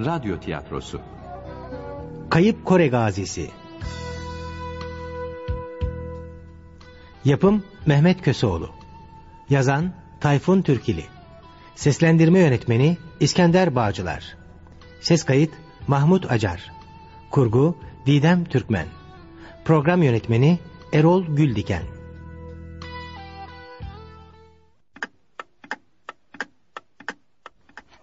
Radyo tiyatrosu. Kayıp Kore Gazisi Yapım Mehmet Köseoğlu Yazan Tayfun Türkili Seslendirme Yönetmeni İskender Bağcılar Ses kayıt Mahmut Acar Kurgu Didem Türkmen Program Yönetmeni Erol Güldiken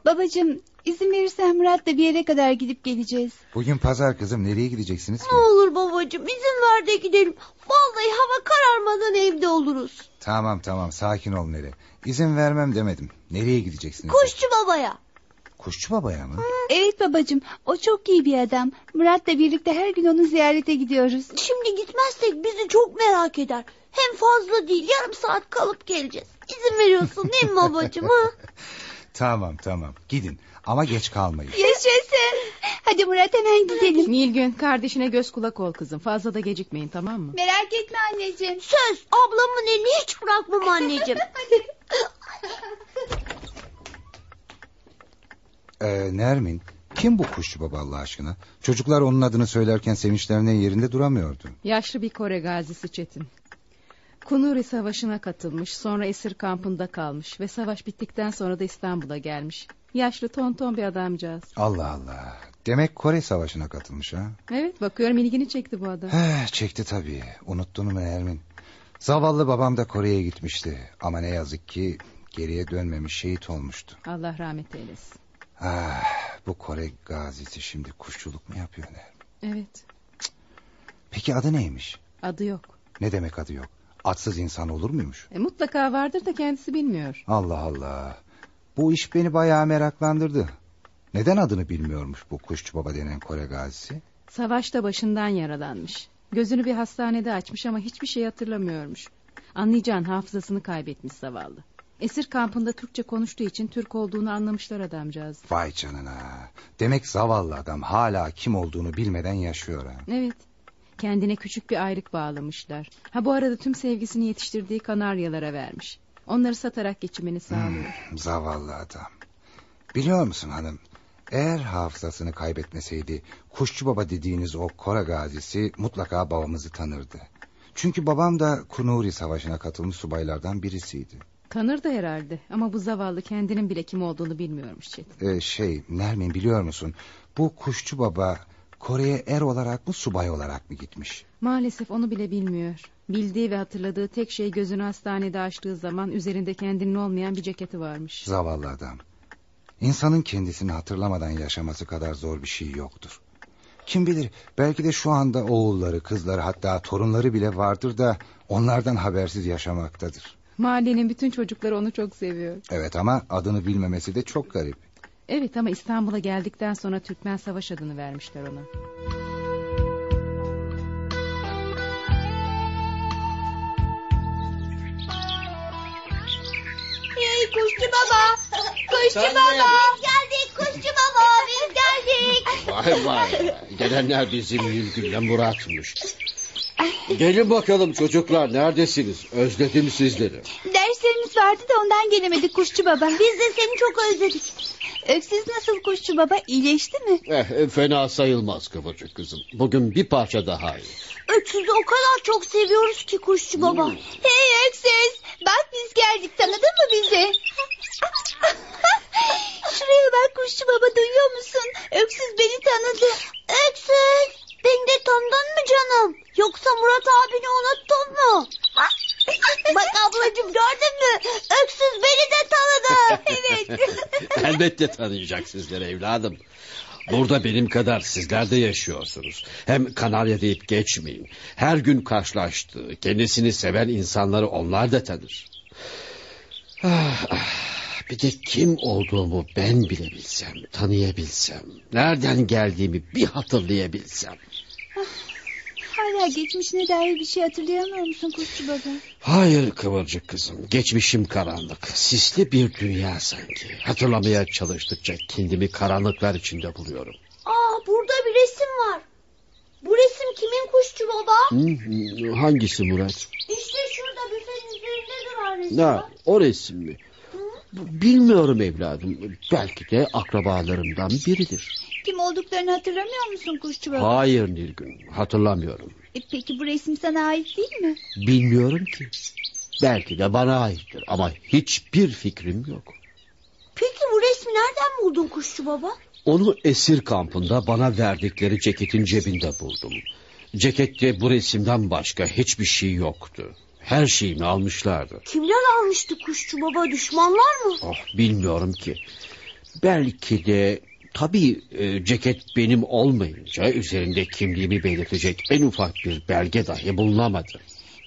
Babacığım izin verirsen Murat'la bir yere kadar gidip geleceğiz. Bugün pazar kızım nereye gideceksiniz ki? Ne olur babacığım izin ver de gidelim. Vallahi hava kararmadan evde oluruz. Tamam tamam sakin ol Nere. İzin vermem demedim. Nereye gideceksiniz? Kuşçu babaya. Kuşçu babaya mı? Evet babacığım o çok iyi bir adam. Murat'la birlikte her gün onu ziyarete gidiyoruz. Şimdi gitmezsek bizi çok merak eder. Hem fazla değil yarım saat kalıp geleceğiz. İzin veriyorsun değil mi babacığım ha? Tamam tamam gidin ama geç kalmayın. Yaşasın. Hadi Murat hemen gidelim. Nilgün kardeşine göz kulak ol kızım. Fazla da gecikmeyin tamam mı? Merak etme anneciğim. Söz ablamın elini hiç bırakmam anneciğim. Ee, Nermin kim bu kuşçu baba Allah aşkına? Çocuklar onun adını söylerken sevinçlerinden yerinde duramıyordu. Yaşlı bir Kore gazisi Çetin. Kunuri Savaşı'na katılmış, sonra esir kampında kalmış ve savaş bittikten sonra da İstanbul'a gelmiş. Yaşlı tonton bir adamcağız. Allah Allah. Demek Kore Savaşı'na katılmış ha? Evet bakıyorum ilgini çekti bu adam. He, çekti tabii. Unuttun mu Nermin? Zavallı babam da Kore'ye gitmişti. Ama ne yazık ki geriye dönmemiş şehit olmuştu. Allah rahmet eylesin. Ah, bu Kore gazisi şimdi kuşçuluk mu yapıyor Nermin? Evet Peki adı neymiş? adı yok. Ne demek adı yok? Atsız insan olur muymuş? E, mutlaka vardır da kendisi bilmiyor. Allah Allah. Bu iş beni bayağı meraklandırdı. Neden adını bilmiyormuş bu kuşçu baba denen Kore gazisi? Savaşta başından yaralanmış. Gözünü bir hastanede açmış ama hiçbir şey hatırlamıyormuş. Anlayacağın hafızasını kaybetmiş zavallı. Esir kampında Türkçe konuştuğu için Türk olduğunu anlamışlar adamcağız. Vay canına. Demek zavallı adam hala kim olduğunu bilmeden yaşıyor ha. Evet. Kendine küçük bir ayrık bağlamışlar. Ha bu arada tüm sevgisini yetiştirdiği kanaryalara vermiş. Onları satarak geçimini Hmm. sağlıyor. Zavallı adam. Biliyor musun hanım? Eğer hafızasını kaybetmeseydi kuşçu baba dediğiniz o Kore gazisi mutlaka babamızı tanırdı. Çünkü babam da Kunuri Savaşı'na katılmış subaylardan birisiydi. Tanır da herhalde ama bu zavallı kendinin bile kim olduğunu bilmiyormuş Çetin. Ee, şey Nermin biliyor musun? Bu kuşçu baba Kore'ye er olarak mı subay olarak mı gitmiş? Maalesef onu bile bilmiyor. Bildiği ve hatırladığı tek şey gözünü hastanede açtığı zaman üzerinde kendinin olmayan bir ceketi varmış. Zavallı adam. İnsanın kendisini hatırlamadan yaşaması kadar zor bir şey yoktur. Kim bilir belki de şu anda oğulları, kızları hatta torunları bile vardır da onlardan habersiz yaşamaktadır. Mahallenin bütün çocukları onu çok seviyor. Evet ama adını bilmemesi de çok garip. Evet ama İstanbul'a geldikten sonra Türkmen Savaş adını vermişler ona. Yay kuşçu baba. Kuşçu baba. Biz geldik kuşçu baba biz geldik. Vay vay. Gelenler bizim Nilgün'le Murat'mış. Gelin bakalım çocuklar neredesiniz? Özledim sizleri. Derslerimiz vardı da ondan gelemedik Kuşçu Baba. Biz de seni çok özledik. Öksüz nasıl Kuşçu Baba iyileşti mi? Eh, fena sayılmaz kıvırcık kızım. Bugün bir parça daha iyi. Öksüzü o kadar çok seviyoruz ki kuşçu baba. Hey Öksüz bak biz geldik tanıdın mı bizi? Şuraya bak Kuşçu Baba duyuyor musun? Öksüz beni tanıdı. Öksüz beni de tanıdın mı canım? Yoksa Murat abini unuttun mu? Bak ablacığım gördün mü? Öksüz beni de tanıdı. evet. Elbette tanıyacak sizleri evladım. Burada benim kadar sizler de yaşıyorsunuz. Hem Kanarya deyip geçmeyin. Her gün karşılaştığı, kendisini seven insanları onlar da tanır. Ah, ah, bir de kim olduğumu ben bile bilsem, tanıyabilsem, nereden geldiğimi bir hatırlayabilsem. Hala geçmişine dair bir şey hatırlayamıyor musun Kuşçu Baba? Hayır Kıvırcık kızım, geçmişim karanlık, sisli bir dünya sanki. Hatırlamaya çalıştıkça kendimi karanlıklar içinde buluyorum. Aa burada bir resim var. Bu resim kimin kuşçu baba? Hı, Hangisi Murat? İşte şurada büfenin üzerinde duran resim. Ha, o resim mi? B- Bilmiyorum evladım. Belki de akrabalarımdan biridir. Kim olduklarını hatırlamıyor musun kuşçu baba? Hayır Nilgün hatırlamıyorum. E, peki bu resim sana ait değil mi? Bilmiyorum ki. Belki de bana aittir ama hiçbir fikrim yok. Peki bu resmi nereden buldun kuşçu baba? Onu esir kampında bana verdikleri ceketin cebinde buldum. Cekette bu resimden başka hiçbir şey yoktu. Her şeyini almışlardı. Kimler almıştı kuşçu baba düşmanlar mı? Oh, bilmiyorum ki. Belki de tabii e, ceket benim olmayınca üzerinde kimliğimi belirtecek en ufak bir belge dahi bulunamadı.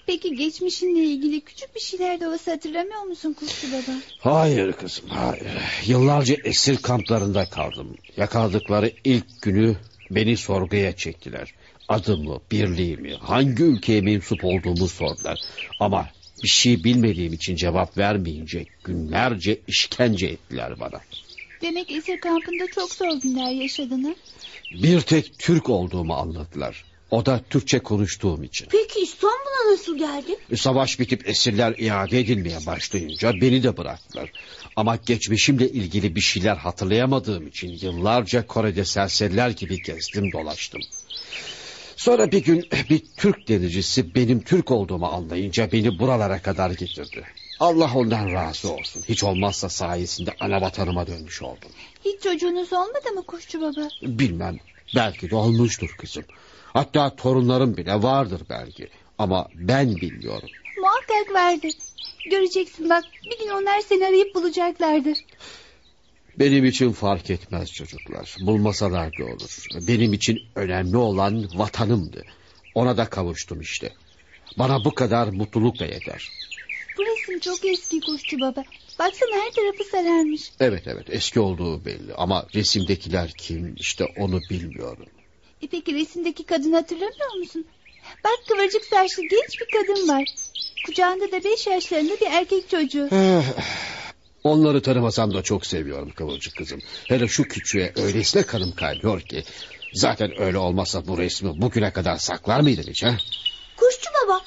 Peki geçmişinle ilgili küçük bir şeyler de olsa hatırlamıyor musun kuşçu baba? Hayır kızım, hayır. Yıllarca esir kamplarında kaldım. Yakaladıkları ilk günü beni sorguya çektiler. Adımı, birliğimi, hangi ülkeye mensup olduğumu sordular. Ama bir şey bilmediğim için cevap vermeyince günlerce işkence ettiler bana. Demek esir kampında çok zor günler yaşadın ha? Bir tek Türk olduğumu anladılar. O da Türkçe konuştuğum için. Peki İstanbul'a nasıl geldin? Savaş bitip esirler iade edilmeye başlayınca beni de bıraktılar. Ama geçmişimle ilgili bir şeyler hatırlayamadığım için yıllarca Kore'de serseriler gibi gezdim dolaştım. Sonra bir gün bir Türk denizcisi benim Türk olduğumu anlayınca beni buralara kadar getirdi. Allah ondan razı olsun. Hiç olmazsa sayesinde ana vatanıma dönmüş oldum. Hiç çocuğunuz olmadı mı kuşçu baba? Bilmem belki de olmuştur kızım. Hatta torunlarım bile vardır belki. Ama ben bilmiyorum. Muhakkak vardır. Göreceksin bak bir gün onlar seni arayıp bulacaklardır. Benim için fark etmez çocuklar. Bulmasalar da olur. Benim için önemli olan vatanımdı. Ona da kavuştum işte. Bana bu kadar mutluluk da yeter. Bu resim çok eski kuşçu baba. Baksana her tarafı sararmış. Evet evet eski olduğu belli ama resimdekiler kim işte onu bilmiyorum. E peki resimdeki kadını hatırlamıyor musun? Bak kıvırcık saçlı genç bir kadın var. Kucağında da beş yaşlarında bir erkek çocuğu. Onları tanımasam da çok seviyorum Kıvılcık kızım. Hele şu küçüğe öylesine kanım kaynıyor ki. Zaten öyle olmasa bu resmi bugüne kadar saklar mıydın hiç ha? Kuşçu baba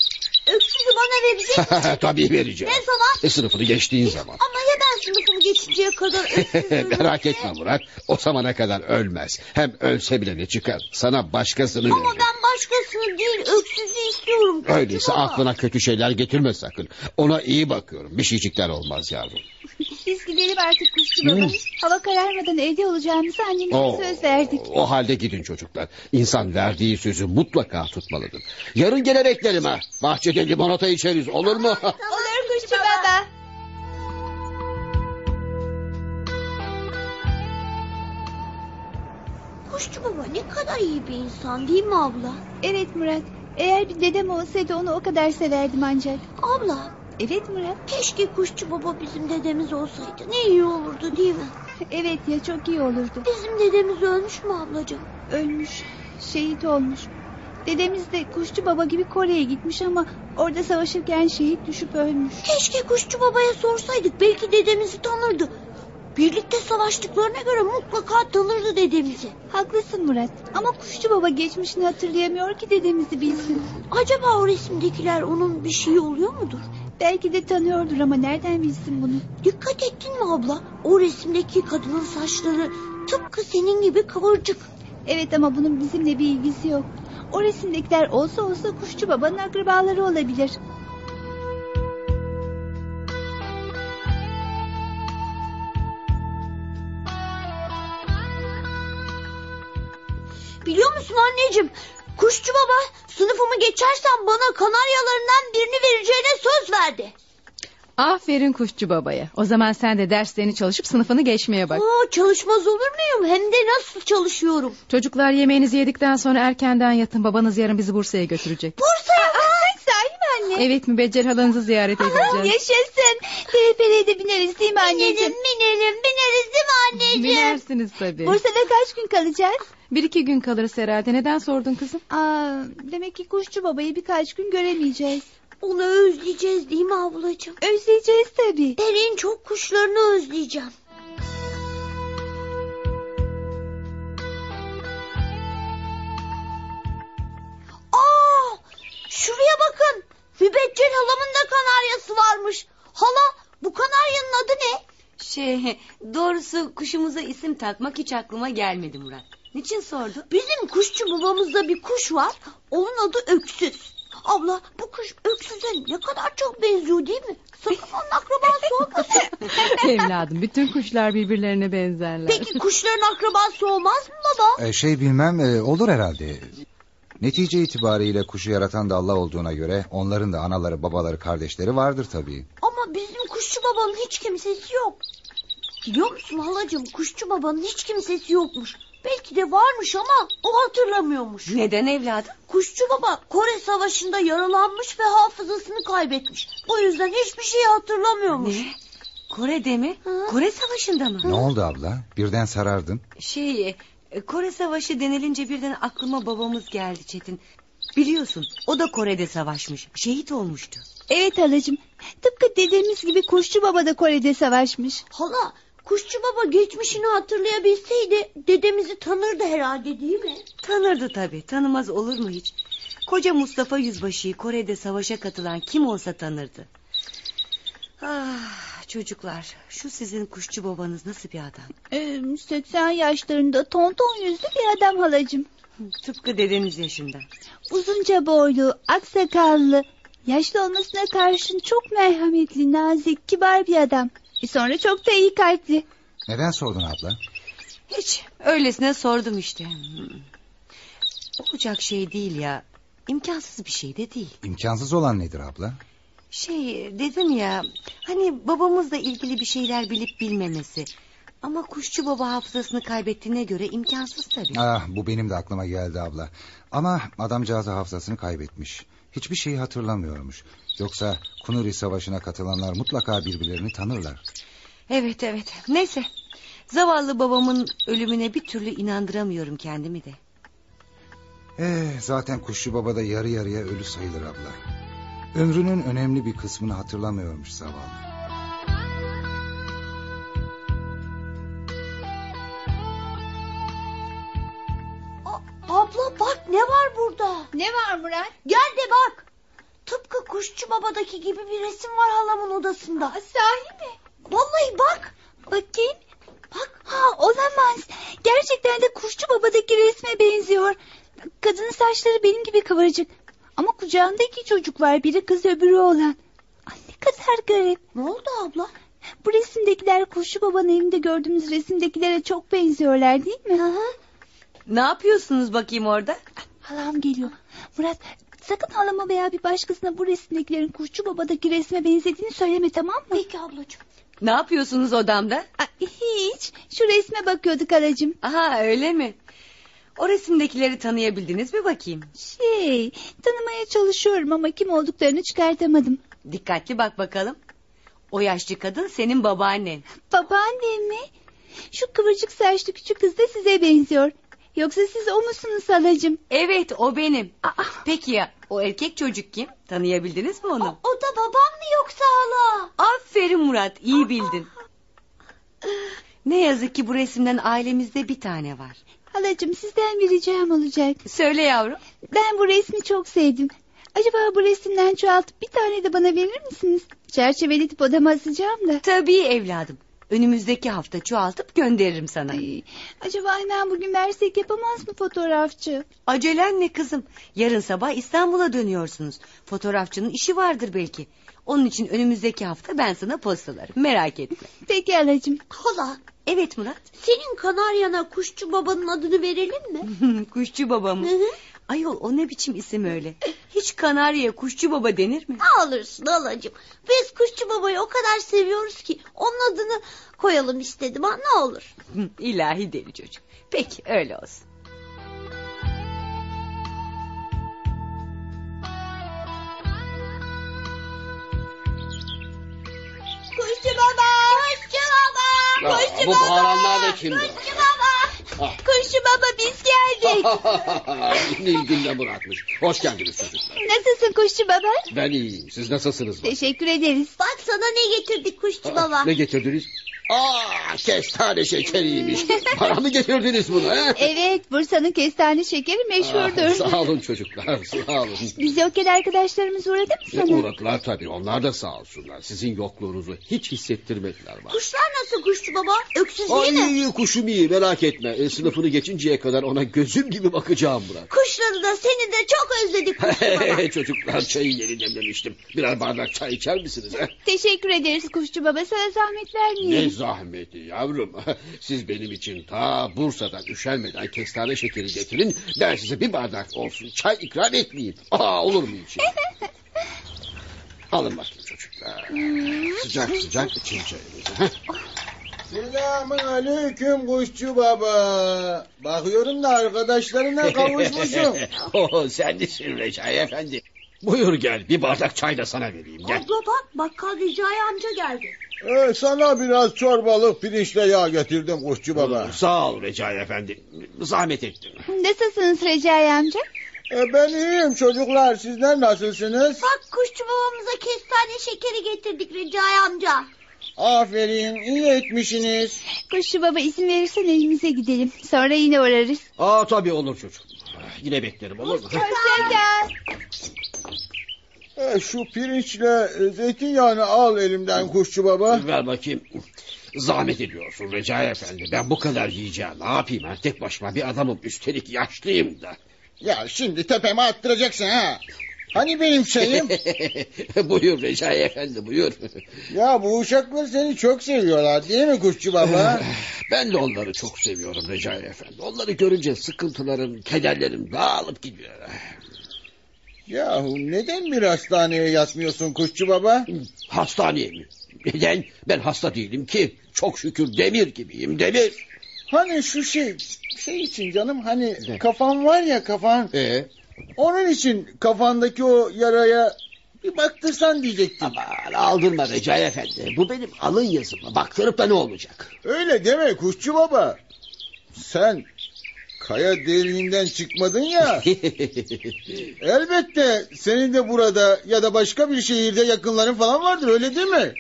öksüzü bana verecek misin? Tabii vereceğim. Ne zaman? E, sınıfını geçtiğin zaman. Ama ya ben sınıfımı geçinceye kadar öksüzü Merak etme Murat. O zamana kadar ölmez. Hem ölse bile ne çıkar? Sana başkasını Ama veririm. ben başkasını değil öksüzü istiyorum. kuşçu Öyleyse baba. aklına kötü şeyler getirme sakın. Ona iyi bakıyorum. Bir şeycikler olmaz yavrum. Biz gidelim artık kuşçu baba. Hava kararmadan evde olacağımızı annemize Oo, söz verdik. O halde gidin çocuklar. İnsan verdiği sözü mutlaka tutmalıdır. Yarın gene beklerim ha. Bahçede limonata içeriz olur mu? Olur kuşçu baba. Kuşçu baba ne kadar iyi bir insan değil mi abla? Evet Murat. Eğer bir dedem olsaydı onu o kadar severdim ancak. Abla Evet Murat. keşke kuşçu baba bizim dedemiz olsaydı. Ne iyi olurdu değil mi? Evet ya çok iyi olurdu. Bizim dedemiz ölmüş mü ablacığım? Ölmüş, şehit olmuş. Dedemiz de Kuşçu Baba gibi Kore'ye gitmiş ama orada savaşırken şehit düşüp ölmüş. Keşke kuşçu babaya sorsaydık belki dedemizi tanırdı. Birlikte savaştıklarına göre mutlaka tanırdı dedemizi. Haklısın Murat ama Kuşçu Baba geçmişini hatırlayamıyor ki dedemizi bilsin. Acaba o resimdekiler onun bir şeyi oluyor mudur? Belki de tanıyordur ama nereden bilsin bunu? Dikkat ettin mi abla? O resimdeki kadının saçları tıpkı senin gibi kıvırcık. Evet ama bunun bizimle bir ilgisi yok. O resimdekiler olsa olsa Kuşçu Baba'nın akrabaları olabilir. Biliyor musun anneciğim? Kuşçu baba sınıfımı geçersen bana kanaryalarından birini vereceğine söz verdi. Aferin kuşçu babaya. O zaman sen de derslerini çalışıp sınıfını geçmeye bak. Oo, çalışmaz olur muyum? Hem de nasıl çalışıyorum. Çocuklar yemeğinizi yedikten sonra erkenden yatın. Babanız yarın bizi Bursa'ya götürecek. Bursa'ya Sahi mi anne? Evet mübeccel halanızı ziyarete gideceğiz. Yaşasın. TRP'ye de bineriz değil mi binelim anneciğim? binelim bineriz değil mi anneciğim? Binersiniz tabii. Bursa'da kaç gün kalacağız? Bir iki gün kalırız herhalde. Neden sordun kızım? Aa, demek ki Kuşçu Baba'yı birkaç gün göremeyeceğiz. Onu özleyeceğiz değil mi ablacığım? Özleyeceğiz tabii. Ben en çok kuşlarını özleyeceğim. Aa, şuraya bakın. Mübeccel halamın da kanaryası varmış. Hala bu kanaryanın adı ne? Şey, doğrusu kuşumuza isim takmak hiç aklıma gelmedi Murat. Niçin sordu? Bizim kuşçu babamızda bir kuş var. Onun adı Öksüz. Abla bu kuş öksüze ne kadar çok benziyor değil mi? Sakın onun akrabası olmasın. Evladım bütün kuşlar birbirlerine benzerler. Peki kuşların akrabası olmaz mı baba? Ee, şey bilmem e, olur herhalde. Netice itibariyle kuşu yaratan da Allah olduğuna göre onların da anaları, babaları, kardeşleri vardır tabii. Ama bizim kuşçu babanın hiç kimsesi yok. Biliyor musun halacığım kuşçu babanın hiç kimsesi yokmuş. Belki de varmış ama o hatırlamıyormuş. Neden evladım? Kuşçu baba Kore Savaşı'nda yaralanmış ve hafızasını kaybetmiş. O yüzden hiçbir şeyi hatırlamıyormuş. Ne? Kore'de mi? Hı. Kore Savaşı'nda mı? Ne oldu abla? Birden sarardın. Şey, e, Kore Savaşı denilince birden aklıma babamız geldi Çetin. Biliyorsun o da Kore'de savaşmış. Şehit olmuştu. Evet halacığım. Tıpkı dediğimiz gibi Kuşçu Baba da Kore'de savaşmış. Hala Kuşçu baba geçmişini hatırlayabilseydi dedemizi tanırdı herhalde değil mi? Tanırdı tabii. Tanımaz olur mu hiç? Koca Mustafa Yüzbaşı'yı Kore'de savaşa katılan kim olsa tanırdı. Ah, çocuklar şu sizin kuşçu babanız nasıl bir adam? Ee, 80 yaşlarında tonton yüzlü bir adam halacığım. Tıpkı dedeniz yaşında. Uzunca boylu, aksakallı, yaşlı olmasına karşın çok merhametli, nazik, kibar bir adam. E sonra çok da iyi kalpli. Neden sordun abla? Hiç öylesine sordum işte. Hmm. Olacak şey değil ya. İmkansız bir şey de değil. İmkansız olan nedir abla? Şey dedim ya hani babamızla ilgili bir şeyler bilip bilmemesi. Ama kuşçu baba hafızasını kaybettiğine göre imkansız tabii. Ah bu benim de aklıma geldi abla. Ama adamcağızı hafızasını kaybetmiş. Hiçbir şeyi hatırlamıyormuş. Yoksa Kunuri Savaşı'na katılanlar mutlaka birbirlerini tanırlar. Evet evet neyse. Zavallı babamın ölümüne bir türlü inandıramıyorum kendimi de. Eh, zaten Kuşçu Baba da yarı yarıya ölü sayılır abla. Ömrünün önemli bir kısmını hatırlamıyormuş zavallı. Abla bak ne var burada? Ne var Murat? Gel de bak. Tıpkı Kuşçu babadaki gibi bir resim var halamın odasında. Sahi mi? Vallahi bak. Bakayım. Bak ha olamaz. Gerçekten de Kuşçu Baba'daki resme benziyor. Kadının saçları benim gibi kıvırcık. Ama kucağında iki çocuk var. Biri kız öbürü oğlan. Ay ne kadar garip. Ne oldu abla? Bu resimdekiler Kuşçu Baba'nın elinde gördüğümüz resimdekilere çok benziyorlar değil mi? Ne yapıyorsunuz bakayım orada? Halam geliyor. Murat sakın halama veya bir başkasına bu resimdekilerin Kuşçu Baba'daki resme benzediğini söyleme tamam mı? Peki ablacığım. Ne yapıyorsunuz odamda? Ay, hiç. Şu resme bakıyorduk halacığım. Aha öyle mi? O resimdekileri tanıyabildiniz mi bakayım? Şey, tanımaya çalışıyorum ama kim olduklarını çıkartamadım. Dikkatli bak bakalım. O yaşlı kadın senin babaannen. Babaannem mi? Şu kıvırcık saçlı küçük kız da size benziyor. Yoksa siz o musunuz halacığım? Evet o benim. Aa, Peki ya o erkek çocuk kim? Tanıyabildiniz mi onu? O da babam mı yoksa hala? Aferin Murat iyi bildin. Ne yazık ki bu resimden ailemizde bir tane var. halacığım sizden bir ricam olacak. Söyle yavrum. Ben bu resmi çok sevdim. Acaba bu resimden çoğaltıp bir tane de bana verir misiniz? Çerçeveletip odama asacağım da. Tabii evladım. Önümüzdeki hafta çoğaltıp gönderirim sana. Ay, acaba hemen bugün versek yapamaz mı fotoğrafçı? Acelen ne kızım? Yarın sabah İstanbul'a dönüyorsunuz. Fotoğrafçının işi vardır belki. Onun için önümüzdeki hafta ben sana postalarım. Merak etme. Peki halacığım. Hala Evet Murat. senin kanaryana Kuşçu babanın adını verelim mi? Kuşçu babamı. Hı hı. Ayol o ne biçim isim öyle? Hiç Kanarya Kuşçu Baba denir mi? Ne alırsın halacığım? Biz Kuşçu babayı o kadar seviyoruz ki onun adını koyalım istedim ha ne olur. Hı, İlahi deli çocuk. Peki öyle olsun. Kuşçu baba! Kuşçu baba! Ya, Kuşçu bu baba! bağıranlar da kimdi? Kuşçu baba! Ah. Kuşçu baba biz geldik. Nil günde bırakmış. Hoş geldiniz çocuklar. Nasılsın kuşçu baba? Ben iyiyim. Siz nasılsınız? Teşekkür ederiz. Ah, Bak sana ne getirdik kuşçu baba? Ne getirdiniz? Aa kestane şekeriymiş. Para mı getirdiniz bunu? He? Evet Bursa'nın kestane şekeri Ah, meşhurdur. sağ olun çocuklar sağ olun. Biz yokken arkadaşlarımız uğradı mı E, sana? uğradılar tabii onlar da sağ olsunlar. Sizin yokluğunuzu hiç hissettirmediler bana. Kuşlar nasıl kuşçu baba? Öksüz Ay değil mi? iyi kuşum iyi merak etme. E, sınıfını geçinceye kadar ona gözüm gibi bakacağım Burak. Kuşları da seni de çok özledik kuşçu baba. Çocuklar çayı yeni demlemiştim. Birer bardak çay içer misiniz? he? Teşekkür ederiz kuşçu baba sana zahmet Ne vermeyelim. zahmeti yavrum. Siz benim için ta Bursa'dan üşenmeden kestane şekeri getirin. Ben size bir bardak olsun çay ikram etmeyin. Aa olur mu hiç? Alın bakayım çocuklar. Sıcak sıcak için çayınızı. heh. Selamun aleyküm kuşçu baba. Bakıyorum da arkadaşlarına kavuşmuşum. Oo, Oh, sen de Recai Efendi. Buyur gel bir bardak çay da sana vereyim gel. Abla bak bakkal Recai amca geldi. ee, sana biraz çorbalık pirinçle yağ getirdim kuşçu baba. Sağ ol Recai Efendi. Zahmet ettin. Nasılsınız Recai amca? Ee, ben iyiyim çocuklar. Sizler nasılsınız? Bak kuşçu babamıza kestane şekeri getirdik Recai amca. Aferin. iyi etmişsiniz. Kuşçu baba izin verirsen evimize gidelim. Sonra yine uğrarız. Aa tabii olur çocuğum. Ah, Yine beklerim olur mu? Hoşça gel. Ee, şu pirinçle e, zeytinyağını al elimden kuşçu baba. Ver bakayım. Zahmet ediyorsun Recai Efendi. Ben bu kadar yiyeceğim. Ne yapayım ben tek başıma bir adamım. Üstelik yaşlıyım da. Ya şimdi tepeme attıracaksın ha. Hani benim şeyim? buyur Recai Efendi buyur. ya bu uşaklar seni çok seviyorlar değil mi kuşçu baba? Eh, ben de onları çok seviyorum Recai Efendi. Onları görünce sıkıntılarım, kederlerim dağılıp gidiyor. Yahu neden bir hastaneye yatmıyorsun kuşçu baba? Hastaneye mi? Neden? Ben hasta değilim ki. Çok şükür demir gibiyim demir. Hani şu şey şey için canım hani Ne? kafan var ya kafan Ee? onun için kafandaki o yaraya bir baktırsan diyecektim. Aman aldırma Recai Efendi. Bu benim alın yazım. Baktırıp da ne olacak? Öyle deme kuşçu baba. Sen kaya deliğinden çıkmadın ya. elbette senin de burada ya da başka bir şehirde yakınların falan vardır öyle değil mi?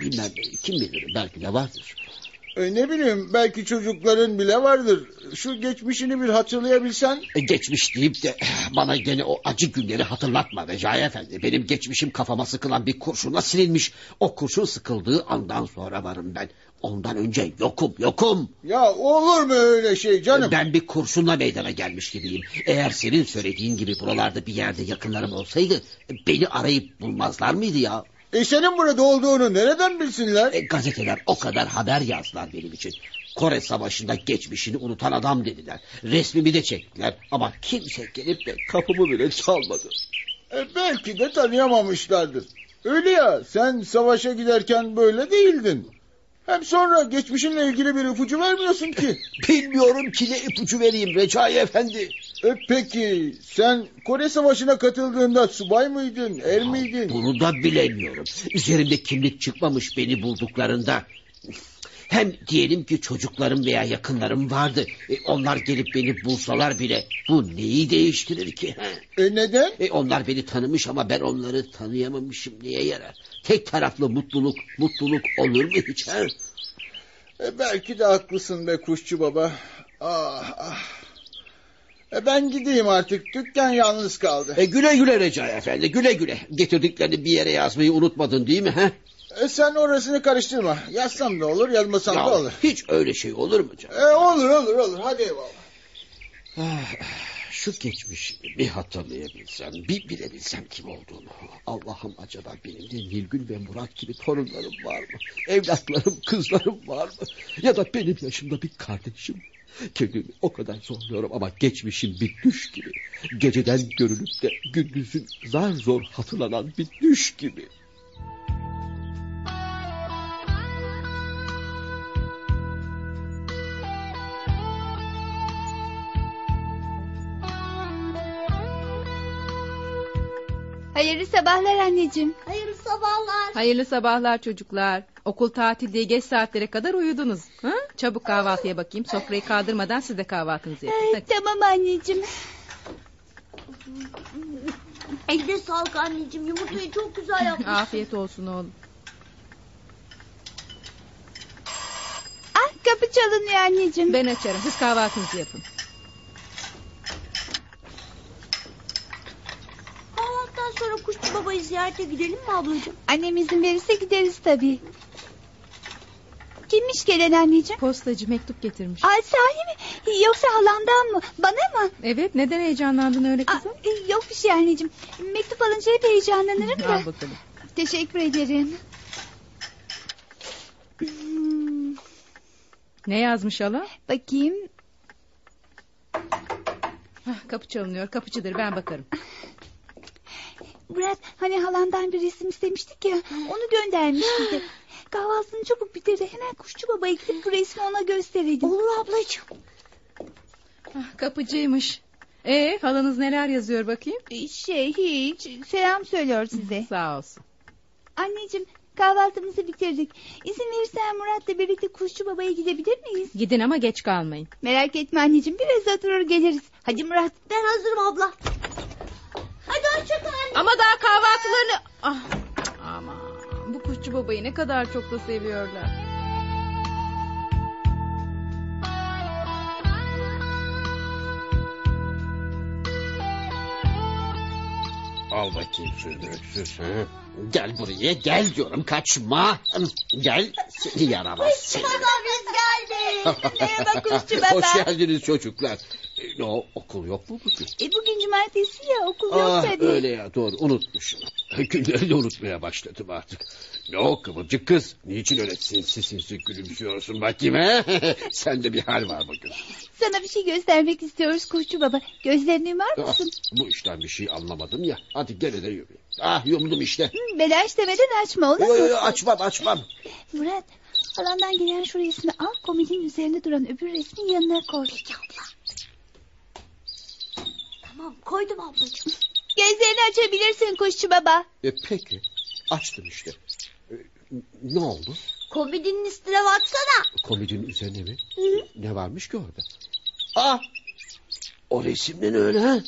Bilmem kim bilir belki de vardır. E, ne bileyim belki çocukların bile vardır. Şu geçmişini bir hatırlayabilsen. E, Geçmiş deyip de bana gene o acı günleri hatırlatma Recai Efendi. Benim geçmişim kafama sıkılan bir kurşuna silinmiş. O kurşun sıkıldığı andan sonra varım ben. Ondan önce yokum yokum. Ya olur mu öyle şey canım? Ben bir kurşunla meydana gelmiş gibiyim. Eğer senin söylediğin gibi buralarda bir yerde yakınlarım olsaydı... ...beni arayıp bulmazlar mıydı ya? E senin burada olduğunu nereden bilsinler? E, gazeteler o kadar haber yazdılar benim için. Kore Savaşı'nda geçmişini unutan adam dediler. Resmimi de çektiler ama kimse gelip de kapımı bile çalmadı. E, belki de tanıyamamışlardır. Öyle ya sen savaşa giderken böyle değildin. Hem sonra geçmişinle ilgili bir ipucu vermiyorsun ki. Bilmiyorum ki ne ipucu vereyim Recai Efendi. E, peki sen Kore Savaşı'na katıldığında subay mıydın, er miydin? Bunu da bilemiyorum. Üzerimde kimlik çıkmamış beni bulduklarında. Hem diyelim ki çocuklarım veya yakınlarım vardı. E, onlar gelip beni bulsalar bile bu neyi değiştirir ki? he? E neden? E, onlar beni tanımış ama ben onları tanıyamamışım neye yarar? Tek taraflı mutluluk, mutluluk olur mu hiç? he? E, belki de haklısın be kuşçu baba. Ah, ah. E, ben gideyim artık dükkan yalnız kaldı. E, güle güle Recai Efendi, güle güle. Getirdiklerini bir yere yazmayı unutmadın değil mi? He? E, sen orasını karıştırma. Yazsam da olur, yazmasam Ya, da olur. hiç öyle şey olur mu canım? E, olur olur olur hadi eyvallah. Ah, Şu geçmişimi bir hatırlayabilsem, bir bilebilsem kim olduğunu. Allah'ım acaba benim de Nilgün ve Murat gibi torunlarım var mı? Evlatlarım, kızlarım var mı? Ya da benim yaşımda bir kardeşim. Kendimi o kadar zorluyorum ama geçmişim bir düş gibi. Geceden görünüp de gündüzün zar zor hatırlanan bir düş gibi. Hayırlı sabahlar anneciğim. Hayırlı sabahlar. Hayırlı sabahlar çocuklar. Okul tatil diye geç saatlere kadar uyudunuz. Hı? Çabuk kahvaltıya bakayım. Sofrayı kaldırmadan siz de kahvaltınızı yapın. Hadi. Tamam anneciğim. Eline sağlık anneciğim yumurtayı çok güzel yapmış. Afiyet olsun oğlum. Ah, kapı çalınıyor anneciğim. Ben açarım. Siz kahvaltınızı yapın. Kahvaltıdan sonra Kuşçu Baba'yı ziyarete gidelim mi ablacığım? Annem izin verirse gideriz tabii. Kimmiş gelen anneciğim? Postacı mektup getirmiş. Ay sahi mi? Yoksa halamdan mı? Bana mı? Evet neden heyecanlandın öyle Aa, kızım? e, yok bir şey anneciğim. Mektup alınca hep heyecanlanırım da. Al bakalım. Teşekkür ederim. Hmm, Ne yazmış hala? Bakayım. Hah, Ah, kapı çalınıyor. Kapıcıdır ben bakarım. Murat hani halandan bir resim istemiştik ya. Onu göndermiş bize. Kahvaltını çabuk bitirdi. Hemen Kuşçu Baba'ya gidip bu resmi ona gösterelim. Olur ablacığım. Hah, Ah, kapıcıymış. Ee halanız neler yazıyor bakayım? Şey hiç. Selam söylüyor size. Sağ olsun. Anneciğim kahvaltımızı bitirdik. İzin verirsen Murat'la birlikte Kuşçu Baba'ya gidebilir miyiz? Gidin ama geç kalmayın. Merak etme anneciğim biraz oturur geliriz. Hadi Murat. Ben hazırım abla. Hadi hoşça kal anne. Ama daha kahvaltılarını... Ah, ama bu kuşçu babayı ne kadar çok da seviyorlar. Al bakayım şunu öksüz. hı. Gel buraya gel diyorum kaçma. Gel seni yaramaz seni. Babamız geldi. Merhaba Kuşçu Baba. Hoş geldiniz çocuklar. E, o okul yok mu bugün? E, bugün cumartesi ya okul Ah, yok tabii. öyle ya doğru unutmuşum. Günleri de unutmaya başladım artık. Ne o kıvırcık kız? Niçin öyle sinsi sinsi gülümsüyorsun bakayım he? Sende bir hal var bugün. Sana bir şey göstermek istiyoruz Kuşçu Baba. Gözlerini yumar Ah, mısın? bu işten bir şey anlamadım ya. Hadi gene de yürü. Ah yumdum işte. Hı, Belaş demeden açma olur Yo, yo, mu? yo, açmam açmam. Murat alandan gelen şu resmi al komodinin üzerinde duran öbür resmin yanına koy. Tamam koydum ablacığım. Gözlerini açabilirsin Kuşçu Baba. E, peki açtım işte. E, ne oldu? Komedinin üstüne baksana. Komedinin üzerine mi? Ne varmış ki orada? Ah! O resimden öyle ha?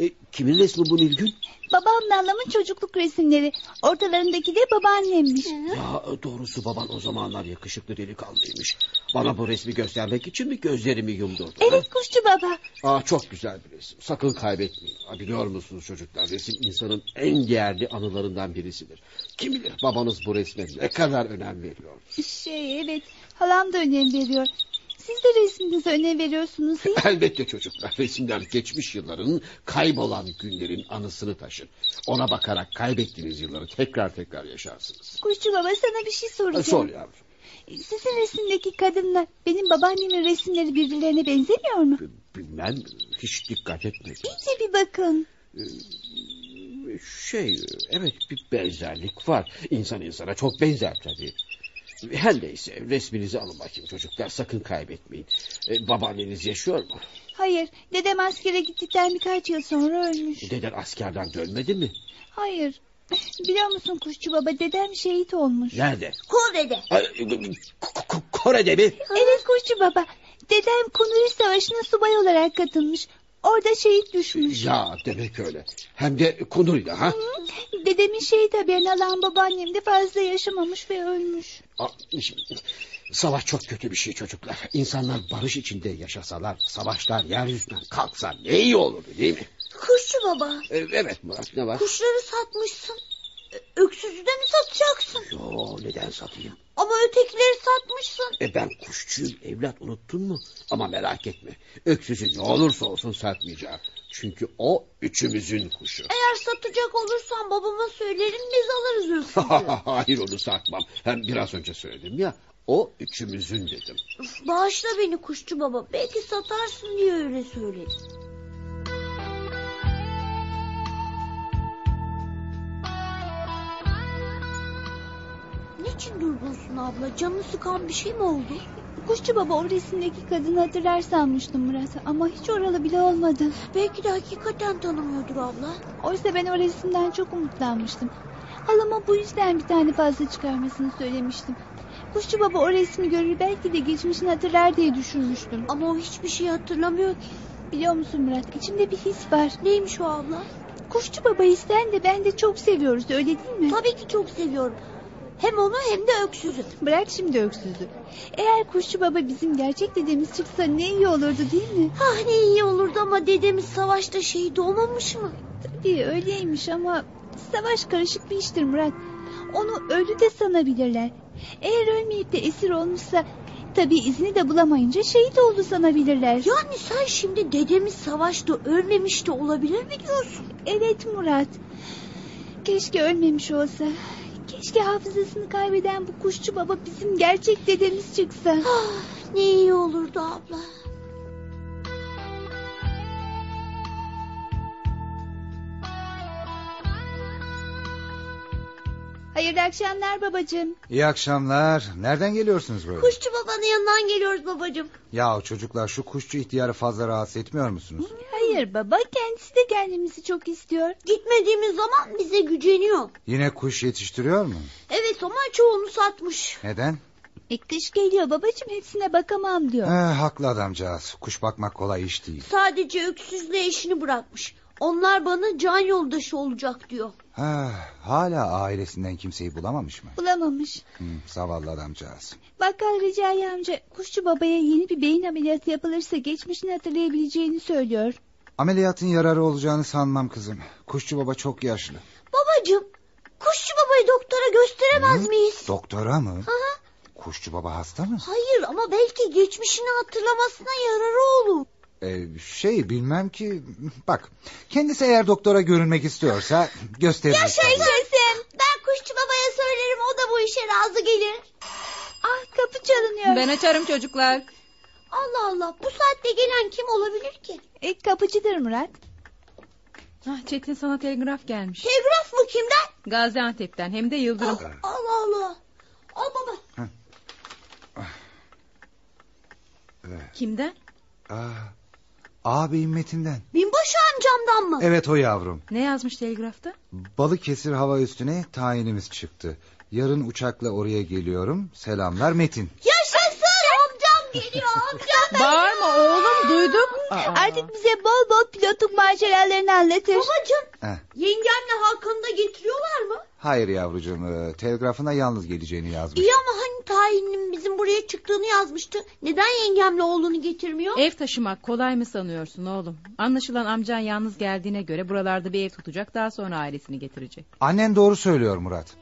E, kimin resmi bu Nilgün? Babamla halamın çocukluk resimleri. Ortalarındaki de babaannemmiş. Ya doğrusu baban o zamanlar yakışıklı delikanlıymış. Bana bu resmi göstermek için mi gözlerimi yumdurdun? ha? Evet Kuşçu Baba. Aa, çok güzel bir resim. Sakın kaybetmeyin. Ha, biliyor musunuz çocuklar resim insanın en değerli anılarından birisidir. Kim bilir babanız bu resme ne kadar önem veriyor. Şey evet halam da önem veriyor. Siz de resminize önem veriyorsunuz değil mi? Elbette çocuklar resimler geçmiş yılların kaybolan günlerin anısını taşır. Ona bakarak kaybettiğiniz yılları tekrar tekrar yaşarsınız. Kuşçu Baba sana bir şey Ha, soracağım. Sor yavrum. Sizin resimdeki kadınla benim babaannemin resimleri birbirlerine benzemiyor mu? Bilmem hiç dikkat etmedim. İyice bir bakın. Şey evet bir benzerlik var. İnsan insana çok benzer tabii. Her neyse resminizi alın bakayım çocuklar sakın kaybetmeyin. E, babaanneniz yaşıyor mu? Hayır dedem askere gittikten birkaç yıl sonra ölmüş. Deden askerden dönmedi mi? Hayır. Biliyor musun Kuşçu Baba dedem şehit olmuş. Nerede? Kol dedi. Ay, K- K- Kore'de mi? Evet Kuşçu Baba. Dedem Kunuri Savaşı'na subay olarak katılmış. Orada şehit düşmüş. Ya demek öyle. Hem de konuyla ha? Dedemin şehit haberini alan babaannem de fazla yaşamamış ve ölmüş. Aa, şimdi, Savaş çok kötü bir şey çocuklar. İnsanlar barış içinde yaşasalar, savaşlar yeryüzünden kalksa ne iyi olurdu değil mi? Kuşçu Baba. Ee, Evet Murat ne var? Kuşları satmışsın. Ö- Öksüzü de mi satacaksın? Yo, neden satayım? Ama ötekileri satmışsın. E ben kuşçuyum evlat unuttun mu? Ama merak etme öksüzü ne olursa olsun satmayacağım. Çünkü o üçümüzün kuşu. Eğer satacak olursan babama söylerim biz alırız öksüzü. Hayır onu satmam. Hem biraz önce söyledim ya o üçümüzün dedim. Üf, Bağışla beni Kuşçu Baba. Belki satarsın diye öyle söyledim. Niçin durgunsun abla? Canını sıkan bir şey mi oldu? Kuşçu Baba o resimdeki kadını hatırlar sanmıştım Murat. Ama hiç oralı bile olmadı. Belki de hakikaten tanımıyordur abla. Oysa ben o resimden çok umutlanmıştım. Halama bu yüzden bir tane fazla çıkarmasını söylemiştim. Kuşçu baba o resmi görür belki de geçmişini hatırlar diye düşünmüştüm. Ama o hiçbir şey hatırlamıyor ki. Biliyor musun Murat içimde bir his var. Neymiş o abla? Kuşçu babayı sen de ben de çok seviyoruz öyle değil mi? Tabii ki çok seviyorum. Hem onu hem de öksüzü. Bırak şimdi öksüzü. Eğer kuşçu baba bizim gerçek dedemiz çıksa ne iyi olurdu değil mi? Ah ne iyi olurdu ama dedemiz savaşta şehit olmamış mı? Tabii öyleymiş ama savaş karışık bir iştir Murat. Onu ölü de sanabilirler. Eğer ölmeyip de esir olmuşsa tabii izini de bulamayınca şehit oldu sanabilirler. Yani sen şimdi dedemiz savaşta ölmemiş de olabilir mi diyorsun? Evet Murat. Keşke ölmemiş olsa. Keşke hafızasını kaybeden bu kuşçu baba bizim gerçek dedemiz çıksa. Ah ne iyi olurdu abla. Hayırlı akşamlar babacığım. İyi akşamlar. Nereden geliyorsunuz böyle? Kuşçu babanın yanından geliyoruz babacığım. Ya çocuklar şu kuşçu ihtiyarı fazla rahatsız etmiyor musunuz? Hayır baba kendisi de gelmemizi çok istiyor. Gitmediğimiz zaman bize güceniyor. Yine kuş yetiştiriyor mu? Evet ama çoğunu satmış. Neden? E kış geliyor babacığım hepsine bakamam diyor. Eh, haklı adamcağız. Kuş bakmak kolay iş değil. Sadece öksüzle eşini bırakmış. Onlar bana can yoldaşı olacak diyor. Ha, hala ailesinden kimseyi bulamamış mı? Bulamamış. Hı, zavallı adamcağız. Bakkal Recai amca kuşçu babaya yeni bir beyin ameliyatı yapılırsa geçmişini hatırlayabileceğini söylüyor. Ameliyatın yararı olacağını sanmam kızım. Kuşçu baba çok yaşlı. Babacığım kuşçu babayı doktora gösteremez Hı? miyiz? Doktora mı? Aha. Kuşçu baba hasta mı? Hayır ama belki geçmişini hatırlamasına yararı olur. Ee, şey bilmem ki. Bak kendisi eğer doktora görünmek istiyorsa gösteririz. şey- tabii. Yaşasın. Ben kuşçu babaya söylerim o da bu işe razı gelir. Ah kapı çalınıyor. Ben açarım çocuklar. Allah Allah bu saatte gelen kim olabilir ki? E, kapıcıdır Murat. Ah, Çetin sana telgraf gelmiş. Telgraf mı kimden? Ah. Gaziantep'ten hem de Yıldırım. Allah Allah. Al baba. Kimden? Aa, ağabeyin Metin'den. Binbaşı amcamdan mı? Evet o yavrum. Ne yazmış telgrafta? Balıkesir hava üstüne tayinimiz çıktı. Yarın uçakla oraya geliyorum. Selamlar Metin. Yaşasın amcam geliyor amcam. ben- Bağırma oğlum duyduk. Artık bize bol bol pilotluk maceralarını anlatır. Babacığım Heh. yengemle Hakan'ı da getiriyorlar mı? Hayır yavrucuğum. e, Telgrafına yalnız geleceğini yazmış. İyi ama hani tayinin bizim buraya çıktığını yazmıştı. Neden yengemle oğlunu getirmiyor? Ev taşımak kolay mı sanıyorsun oğlum? Anlaşılan amcan yalnız geldiğine göre buralarda bir ev tutacak daha sonra ailesini getirecek. Annen doğru söylüyor Murat.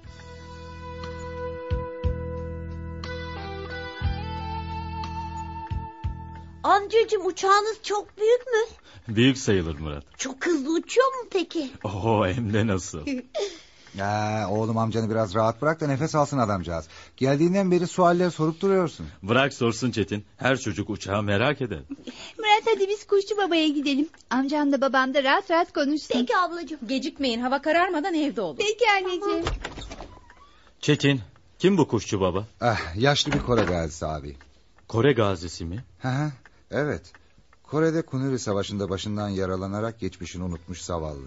Amcacığım uçağınız çok büyük mü? Büyük sayılır Murat. Çok hızlı uçuyor mu peki? Oo hem de nasıl. Ya, oğlum amcanı biraz rahat bırak da nefes alsın adamcağız. Geldiğinden beri sualler sorup duruyorsun. Bırak sorsun Çetin. Her çocuk uçağı merak eder. Murat hadi biz kuşçu babaya gidelim. Amcam da babam da rahat rahat konuşsun. Peki ablacığım. Gecikmeyin hava kararmadan evde olun. Peki anneciğim. Çetin kim bu kuşçu baba? Ah, yaşlı bir Kore gazisi abi. Kore gazisi mi? Hı hı, evet. Kore'de Kunuri Savaşı'nda başından yaralanarak geçmişini unutmuş zavallı.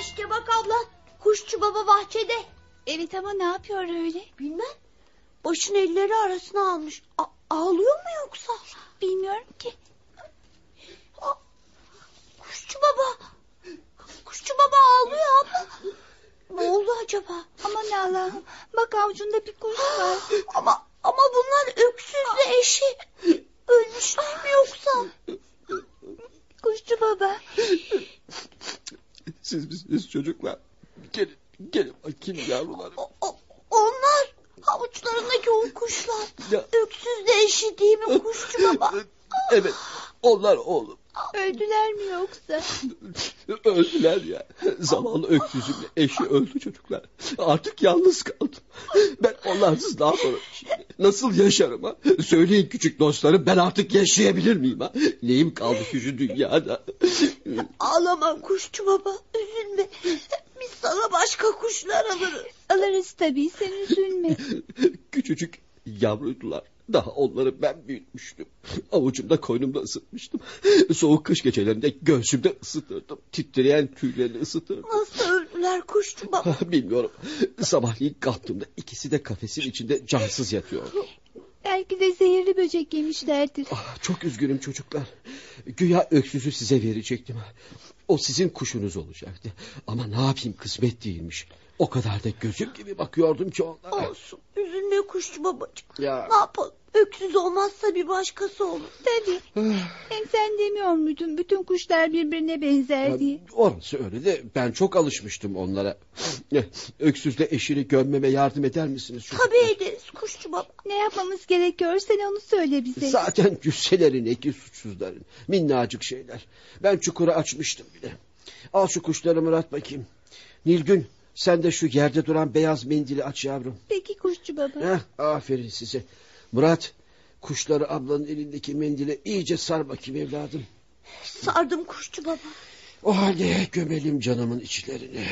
İşte bak abla. Kuşçu baba bahçede. Evet ama ne yapıyor öyle? Bilmem. Başını elleri arasına almış. A- ağlıyor mu yoksa? Bilmiyorum ki. A- Kuşçu baba. Kuşçu baba ağlıyor abla. Ne oldu acaba? Aman Allah'ım. Bak avucunda bir kuş var. ama ama bunlar öksüzle eşi. Ölmüşler mi yoksa? Kuşçu baba. Siz misiniz çocuklar? Gelin, gelin bakayım yavrularım. O- o- onlar avuçlarındaki o kuşlar. Ya. Öksüzle eşi değil mi kuşçu baba? Evet, onlar oğlum. Öldüler mi yoksa? Öldüler ya. Zavallı öksüzümle eşi öldü çocuklar. Artık yalnız kaldım. Ben onlarsız ne yaparım şimdi? Nasıl yaşarım ha? Söyleyin küçük dostlarım ben artık yaşayabilir miyim ha? Neyim kaldı ki şu dünyada? Ağlama kuşçu baba. Üzülme. Biz sana başka kuşlar alırız. Alırız tabii sen üzülme. Küçücük yavruydular. Daha onları ben büyütmüştüm. Avucumda koynumda ısıtmıştım. Soğuk kış gecelerinde göğsümde ısıtırdım. Titreyen tüylerini ısıtırdım. Nasıl öldüler kuşçu baba? Bilmiyorum. Sabahleyin kalktığımda ikisi de kafesin içinde cansız yatıyor. Belki de zehirli böcek yemişlerdir. Ah, çok üzgünüm çocuklar. Güya öksüzü size verecektim. O sizin kuşunuz olacaktı. Ama ne yapayım kısmet değilmiş. O kadar da gözüm gibi bakıyordum ki onlara. Olsun. Üzülme kuşçu babacık. Ya. Ne yapalım? Öksüz olmazsa bir başkası olur. Tabii. Ah. Hem sen demiyor muydun bütün kuşlar birbirine benzer diye? Orası öyle de ben çok alışmıştım onlara. Öksüzle eşini gömmeme yardım eder misiniz? çocuklar? Tabii ederiz kuşçu baba. Ne yapmamız gerekiyor sen onu söyle bize. Zaten cüsselerin eki suçsuzların. Minnacık şeyler. Ben çukuru açmıştım bile. Al şu kuşları Murat bakayım. Nilgün sen de şu yerde duran beyaz mendili aç yavrum. Peki kuşçu baba. Heh, aferin size. Murat kuşları ablanın elindeki mendile iyice sar bakayım evladım. Sardım kuşçu baba. O halde gömelim canımın içlerini.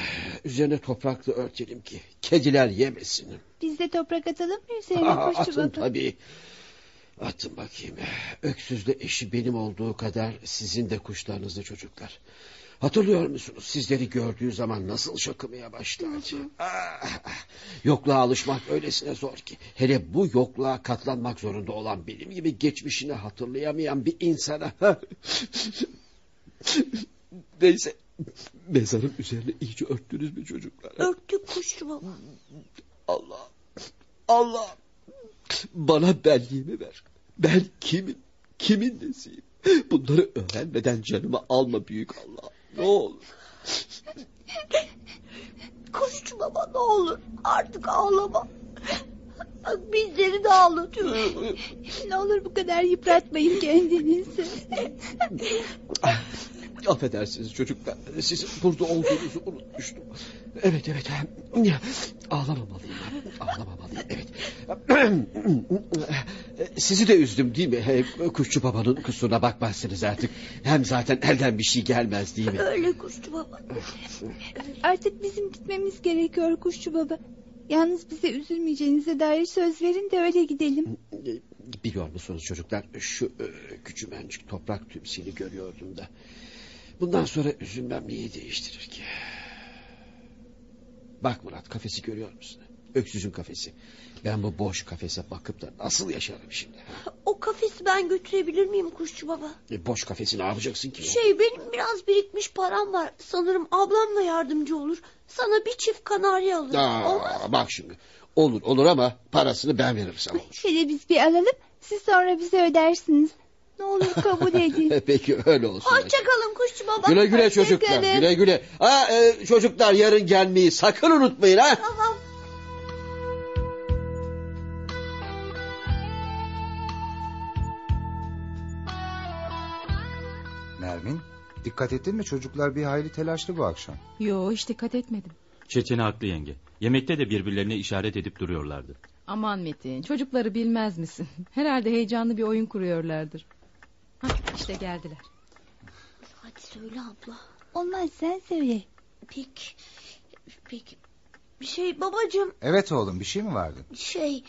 Üzerine toprakla örtelim ki kediler yemesin. Biz de toprak atalım mı üzerine Aa, kuşçu atın baba? tabii. Atın bakayım. Öksüzle eşi benim olduğu kadar sizin de kuşlarınızı çocuklar. Hatırlıyor musunuz sizleri gördüğü zaman nasıl şakımaya başlardı? Ah, ah. yokluğa alışmak öylesine zor ki. Hele bu yokluğa katlanmak zorunda olan benim gibi geçmişini hatırlayamayan bir insana. Neyse mezarın üzerine iyice örttünüz mü çocuklar? Örttük kuşçu baba. Allah, Allah bana benliğimi ver. Ben kimim, kimin nesiyim? Bunları öğrenmeden canımı alma büyük Allah. Ne olur. Kuşçu baba ne olur artık ağlama. Bak bizleri de ağlatıyorsun. Ne olur bu kadar yıpratmayın kendinizi. Ah, Affedersiniz çocuklar. Sizin burada olduğunuzu unutmuştum. Evet evet. Ağlamamalıyım. Ağlamamalıyım. Evet. Sizi de üzdüm değil mi? Kuşçu babanın kusuruna bakmazsınız artık. Hem zaten elden bir şey gelmez değil mi? Öyle kuşçu baba. Artık bizim gitmemiz gerekiyor kuşçu baba. Yalnız bize üzülmeyeceğinize dair söz verin de öyle gidelim. E, Biliyor musunuz çocuklar şu e, küçümencik toprak tümsini görüyordum da. Bundan sonra üzülmem neyi değiştirir ki? Bak Murat kafesi görüyor musun? Öksüzün kafesi. Ben bu boş kafese bakıp da nasıl yaşarım şimdi? O kafesi ben götürebilir miyim kuşçu baba? E, boş kafesi ne yapacaksın ki? Şey benim biraz birikmiş param var. Sanırım ablamla yardımcı olur. Sana bir çift kanarya alırım. Olmaz Aa, bak şimdi. Olur olur ama parasını ben veririm sana. Şöyle biz bir alalım siz sonra bize ödersiniz. Ne olur kabul edin. Peki öyle olsun. Hoşçakalın kuşçu baba. Güle güle Hoşça çocuklar. kalın. Güle güle. Ha, e, çocuklar yarın gelmeyi sakın unutmayın ha. Tamam. Nermin dikkat ettin mi çocuklar bir hayli telaşlı bu akşam. Yo hiç dikkat etmedim. Çetin haklı yenge. Yemekte de birbirlerine işaret edip duruyorlardı. Aman Metin çocukları bilmez misin? Herhalde heyecanlı bir oyun kuruyorlardır. Hah işte geldiler. Hadi söyle abla. Olmaz sen söyle. Ee, Peki. Peki. Bir şey babacığım Evet oğlum bir şey mi vardı? şey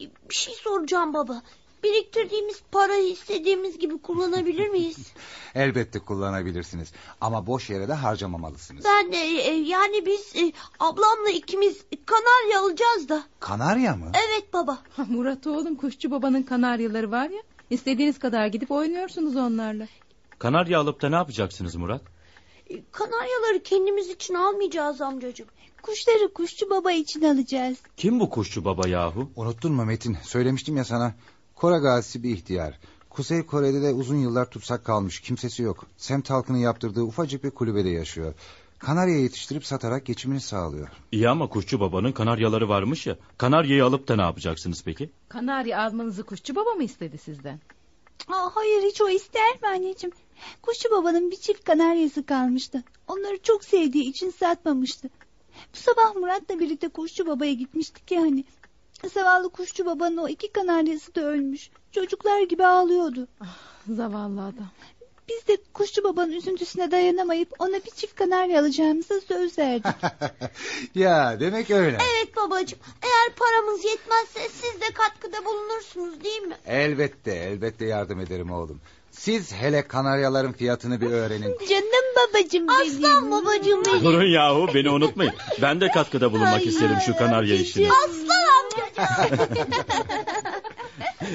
bir şey soracağım baba. Biriktirdiğimiz parayı istediğimiz gibi kullanabilir miyiz? Elbette kullanabilirsiniz ama boş yere de harcamamalısınız. Ben de e, yani biz e, ablamla ikimiz kanarya alacağız da. Kanarya mı? Evet baba. Ha, Murat oğlum kuşçu babanın kanaryaları var ya. İstediğiniz kadar gidip oynuyorsunuz onlarla. Kanarya alıp da ne yapacaksınız Murat? E, Kanaryaları kendimiz için almayacağız amcacığım. Kuşları kuşçu baba için alacağız. Kim bu kuşçu baba yahu? Unuttun mu Metin? Söylemiştim ya sana. Kore gazisi bir ihtiyar. Kuzey Kore'de de uzun yıllar tutsak kalmış. Kimsesi yok. Semt halkının yaptırdığı ufacık bir kulübede yaşıyor. Kanarya yetiştirip satarak geçimini sağlıyor. İyi ama kuşçu babanın kanaryaları varmış ya. Kanaryayı alıp da ne yapacaksınız peki? Kanarya almanızı kuşçu baba mı istedi sizden? Aa, hayır hiç o ister mi anneciğim? Kuşçu babanın bir çift kanaryası kalmıştı. Onları çok sevdiği için satmamıştı. Bu sabah Murat'la birlikte Kuşçu Baba'ya gitmiştik ya hani. Zavallı Kuşçu Baba'nın o iki kanaryası da ölmüş. Çocuklar gibi ağlıyordu. Zavallı adam. Biz de Kuşçu Baba'nın üzüntüsüne dayanamayıp ona bir çift kanarya alacağımıza söz verdik. ya demek öyle. Evet babacığım. Eğer paramız yetmezse siz de katkıda bulunursunuz değil mi? Elbette elbette yardım ederim oğlum. Siz hele kanaryaların fiyatını bir öğrenin. Canım babacım benim. Aslan babacığım benim. Durun yahu beni unutmayın. Ben de katkıda bulunmak isterim şu kanarya işine. Aslan amcacığım.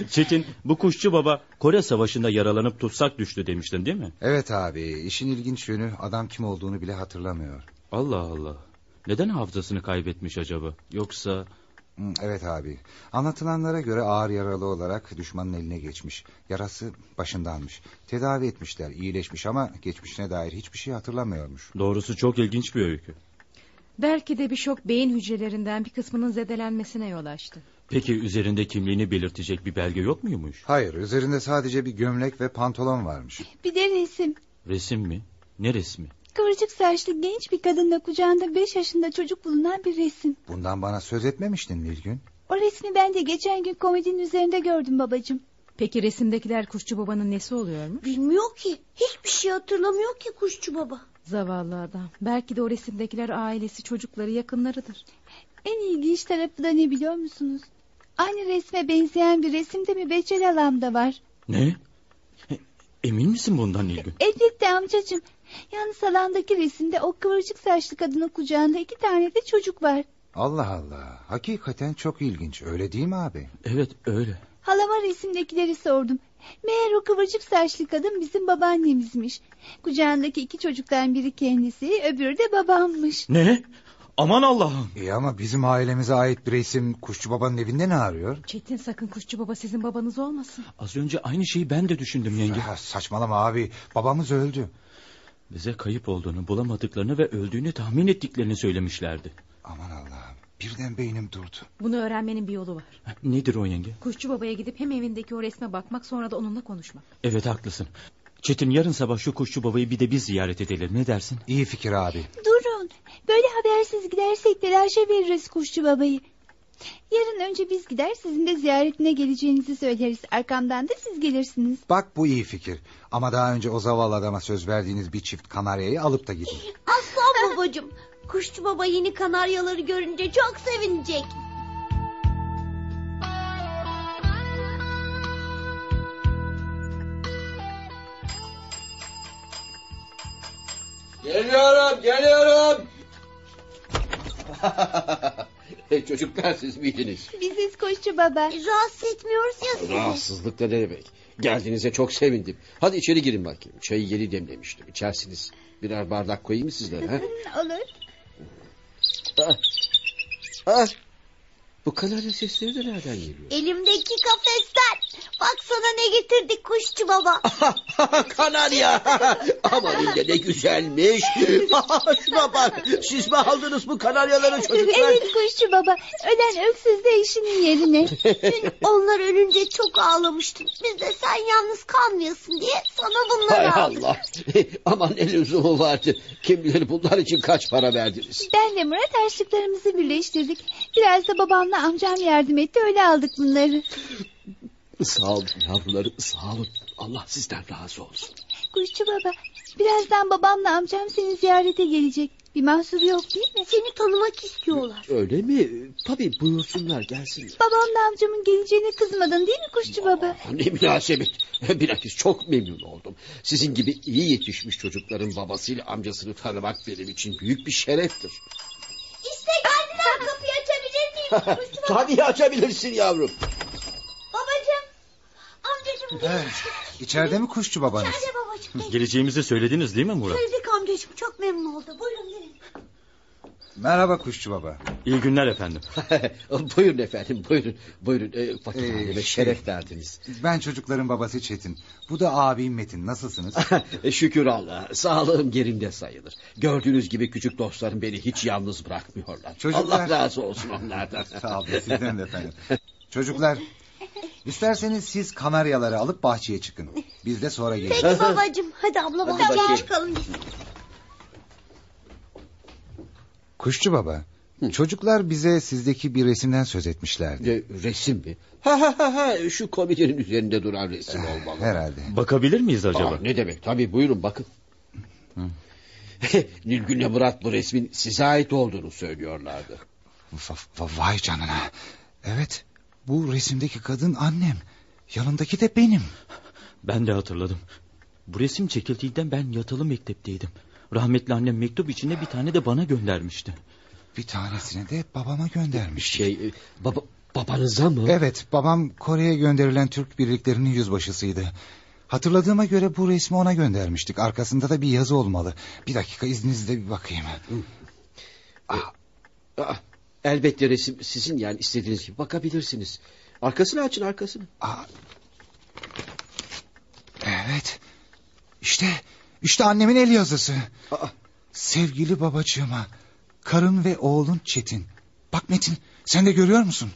Çetin bu kuşçu baba Kore Savaşı'nda yaralanıp tutsak düştü demiştin değil mi? Evet abi işin ilginç yönü adam kim olduğunu bile hatırlamıyor. Allah Allah. Neden hafızasını kaybetmiş acaba? Yoksa Hı, Evet abi. Anlatılanlara göre ağır yaralı olarak düşmanın eline geçmiş. Yarası başındanmış. Tedavi etmişler, iyileşmiş ama geçmişine dair hiçbir şey hatırlamıyormuş. doğrusu çok ilginç bir öykü. Belki de bir şok beyin hücrelerinden bir kısmının zedelenmesine yol açtı. Peki üzerinde kimliğini belirtecek bir belge yok muymuş? Hayır, üzerinde sadece bir gömlek ve pantolon varmış. Bir de resim. Resim mi? Ne resmi? Kıvırcık saçlı genç bir kadınla kucağında beş yaşında çocuk bulunan bir resim. Bundan bana söz etmemiştin Nilgün. O resmi ben de geçen gün komedinin üzerinde gördüm babacığım. Peki resimdekiler kuşçu babanın nesi oluyor mu? Bilmiyor ki. Hiçbir şey hatırlamıyor ki kuşçu baba. Zavallı adam. Belki de o resimdekiler ailesi, çocukları, yakınlarıdır. En ilginç tarafı da ne biliyor musunuz? Aynı resme benzeyen bir resim de mübeccel halamda var. Ne? E, Emin misin bundan Nilgün? Elbette amcacığım. Yalnız alandaki resimde o kıvırcık saçlı kadının kucağında iki tane de çocuk var. Allah Allah, hakikaten çok ilginç, öyle değil mi abi? Evet öyle. Halama resimdekileri sordum. Meğer o kıvırcık saçlı kadın bizim babaannemizmiş. Kucağındaki iki çocuktan biri kendisi, öbürü de babammış. Ne? Aman Allah'ım. İyi ama bizim ailemize ait bir resim Kuşçu Baba'nın evinde ne arıyor? Çetin sakın kuşçu baba sizin babanız olmasın. Az önce aynı şeyi ben de düşündüm yenge. Ya saçmalama abi, babamız öldü. Bize kayıp olduğunu, bulamadıklarını ve öldüğünü tahmin ettiklerini söylemişlerdi. Aman Allah'ım, birden beynim durdu. Bunu öğrenmenin bir yolu var. Ha, Nedir o yenge? Kuşçu babaya gidip hem evindeki o resme bakmak sonra da onunla konuşmak. Evet haklısın. Çetin yarın sabah şu kuşçu babayı bir de biz ziyaret edelim. Ne dersin? İyi fikir abi. Durun, böyle habersiz gidersek telaşa veririz kuşçu babayı. Yarın önce biz gider sizin de ziyaretine geleceğinizi söyleriz. Arkamdan da siz gelirsiniz. Bak bu iyi fikir. Ama daha önce o zavallı adama söz verdiğiniz bir çift kanaryayı alıp da gidin. Asla babacığım. Kuşçu baba yeni kanaryaları görünce çok sevinecek. Geliyorum, geliyorum. E, Çocuklar siz miydiniz? Biziz kuşçu baba. Rahatsız etmiyoruz ya sizi. Rahatsızlık da ne demek? Geldiğinize çok sevindim. Hadi içeri girin bakayım. Çayı yeni demlemiştim. İçersiniz. Birer bardak koyayım mı sizlere? ha? Olur. Ah! Bu kanarya sesleri de nereden geliyor? Elimdeki kafesten. Baksana ne getirdik kuşçu baba. Ah, kanarya! Aman ince ne güzelmiş. Şuna bak. Siz mi aldınız bu kanaryaları çocuklar? Evet kuşçu baba. Ölen öksüz de işinin yerine. Onlar ölünce çok ağlamıştın. Biz de sen yalnız kalmayasın diye sana Hay bunları aldık. Allah. Aman ne lüzumu vardı. Kim bilir bunlar için kaç para verdiniz. Ben ve Murat harçlıklarımızı birleştirdik. Biraz da babamla amcam yardım etti öyle aldık bunları. Sağ olun yavrularım sağ olun. Allah sizden razı olsun. Kuşçu baba birazdan babamla amcam seni ziyarete gelecek. Bir mahsur yok değil mi? Seni tanımak istiyorlar. Öyle mi? Tabii buyursunlar gelsinler. Babamla amcamın geleceğine kızmadın değil mi kuşçu baba? Aa, Ne münasebet. Bilakis çok memnun oldum. Sizin gibi iyi yetişmiş çocukların babasıyla amcasını tanımak benim için büyük bir şereftir. İşte geldiler kapıyı açabilir miyim? Kuşçu baba. Tabii açabilirsin yavrum. Babacığım. Amcacığım gelin. İçeride mi kuşçu babanız? Nerede babacığım? Gel. Eh, Geleceğimizi söylediniz değil mi Murat? Sevdik amcacığım çok memnun oldu. Buyurun gelin. Merhaba kuşçu baba. İyi günler efendim. buyurun efendim buyurun. Buyurun e, fakir Ee, anneme şey- şeref verdiniz. Ben çocukların babası Çetin. Bu da abim Metin. Nasılsınız? E, Şükür Allah'a sağlığım yerinde sayılır. Gördüğünüz gibi küçük dostlarım beni hiç yalnız bırakmıyorlar. Çocuklar- Allah razı olsun onlardan. Sağ olun sizden de efendim. Çocuklar isterseniz siz kanaryaları alıp bahçeye çıkın. Biz de sonra geliriz. Peki babacığım. Hadi abla Hadi bahçeye bakayım. çıkalım biz. Kuşçu baba. Çocuklar bize sizdeki bir resimden söz etmişlerdi. E, resim mi? Ha ha ha ha şu komedinin üzerinde duran resim Eh, olmalı. Herhalde. Bakabilir miyiz acaba? Aa, ne demek? Tabii buyurun bakın. Nilgün'le Murat bu resmin size ait olduğunu söylüyorlardı. Va- va- Vay canına. Evet bu resimdeki kadın annem. Yanındaki de benim. Ben de hatırladım. Bu resim çekildiğinden ben yatılı mektepteydim. Rahmetli annem mektup içinde bir tane de bana göndermişti. Bir tanesini de babama göndermiş. Şey e, baba Babanıza mı? Evet babam Kore'ye gönderilen Türk birliklerinin yüzbaşısıydı. Hatırladığıma göre bu resmi ona göndermiştik. Arkasında da bir yazı olmalı. Bir dakika izninizle bir bakayım. Aa, elbette resim sizin yani istediğiniz gibi bakabilirsiniz. Arkasını açın arkasını. Aa, evet. İşte, işte annemin el yazısı. Aa. Sevgili babacığıma, karın ve oğlun Çetin. Bak Metin, sen de görüyor musun?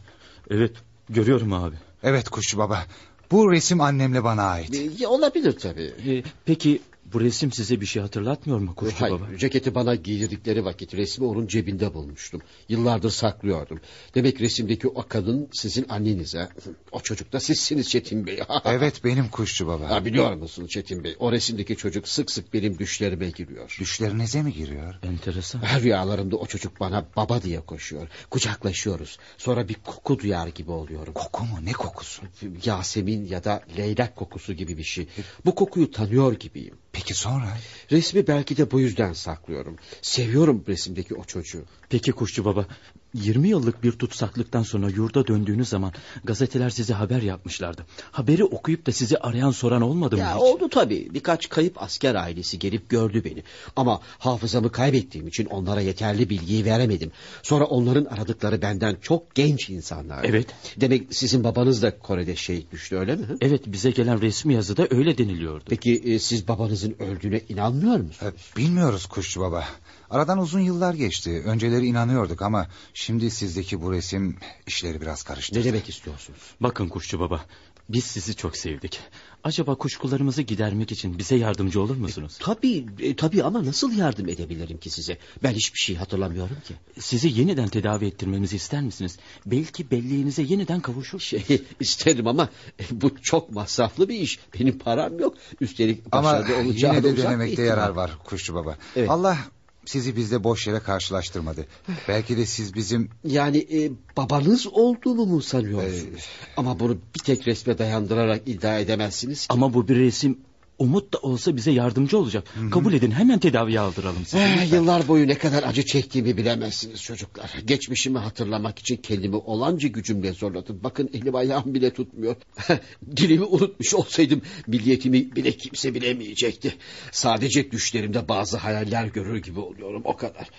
Evet görüyorum abi. Evet Kuşçu Baba, bu resim annemle bana ait. Ee, olabilir tabii. Ee, peki bu resim size bir şey hatırlatmıyor mu Kuşçu Hayır, Baba? ceketi bana giydirdikleri vakit resmi onun cebinde bulmuştum. Yıllardır saklıyordum. Demek resimdeki o kadın sizin annenize. O çocuk da sizsiniz Çetin Bey. Evet benim Kuşçu Baba. Ha, biliyor musunuz Çetin Bey? O resimdeki çocuk sık sık benim düşlerime giriyor. Düşlerinize mi giriyor? Enteresan. Her rüyalarımda o çocuk bana baba diye koşuyor. Kucaklaşıyoruz. Sonra bir koku duyar gibi oluyorum. Koku mu? Ne kokusu? Yasemin ya da leylak kokusu gibi bir şey. Bu kokuyu tanıyor gibiyim. Peki sonra? Resmi belki de bu yüzden saklıyorum. Seviyorum resimdeki o çocuğu. Peki Kuşçu Baba 20 yıllık bir tutsaklıktan sonra yurda döndüğünüz zaman gazeteler size haber yapmışlardı. Haberi okuyup da sizi arayan soran olmadı mı Ya hiç? oldu tabii. Birkaç kayıp asker ailesi gelip gördü beni. Ama hafızamı kaybettiğim için onlara yeterli bilgiyi veremedim. Sonra onların aradıkları benden çok genç insanlar. Evet. Demek sizin babanız da Kore'de şehit düştü öyle mi? Evet bize gelen resmi yazıda öyle deniliyordu. Peki e, siz babanızın öldüğüne inanmıyor musunuz? E, Bilmiyoruz Kuşçu Baba. Aradan uzun yıllar geçti. Önceleri inanıyorduk ama şimdi sizdeki bu resim işleri biraz karıştırdı. Ne demek istiyorsunuz? Bakın Kuşçu Baba biz sizi çok sevdik. Acaba kuşkularımızı gidermek için bize yardımcı olur musunuz? Tabii, e, tabii ama nasıl yardım edebilirim ki size? Ben hiçbir şey hatırlamıyorum ki. Sizi yeniden tedavi ettirmemizi ister misiniz? Belki belleğinize yeniden kavuşur. Şey, isterim ama e, bu çok masraflı bir iş. Benim param yok. Üstelik Ama başarılı olacağına yine de uzak bir denemekte ihtimal. yarar var Kuşçu Baba. Evet. Allah sizi bizle boş yere karşılaştırmadı. Belki de siz bizim... Yani e, babanız olduğumu mu sanıyorsunuz? Ama bunu bir tek resme dayandırarak iddia edemezsiniz ki. Ama bu bir resim umut da olsa bize yardımcı olacak. Kabul edin hemen tedaviye aldıralım sizi. Eh, yıllar boyu ne kadar acı çektiğimi bilemezsiniz çocuklar. Geçmişimi hatırlamak için kendimi olanca gücümle zorladım. Bakın elim ayağım bile tutmuyor. Dilimi unutmuş olsaydım milliyetimi bile kimse bilemeyecekti. Sadece düşlerimde bazı hayaller görür gibi oluyorum o kadar.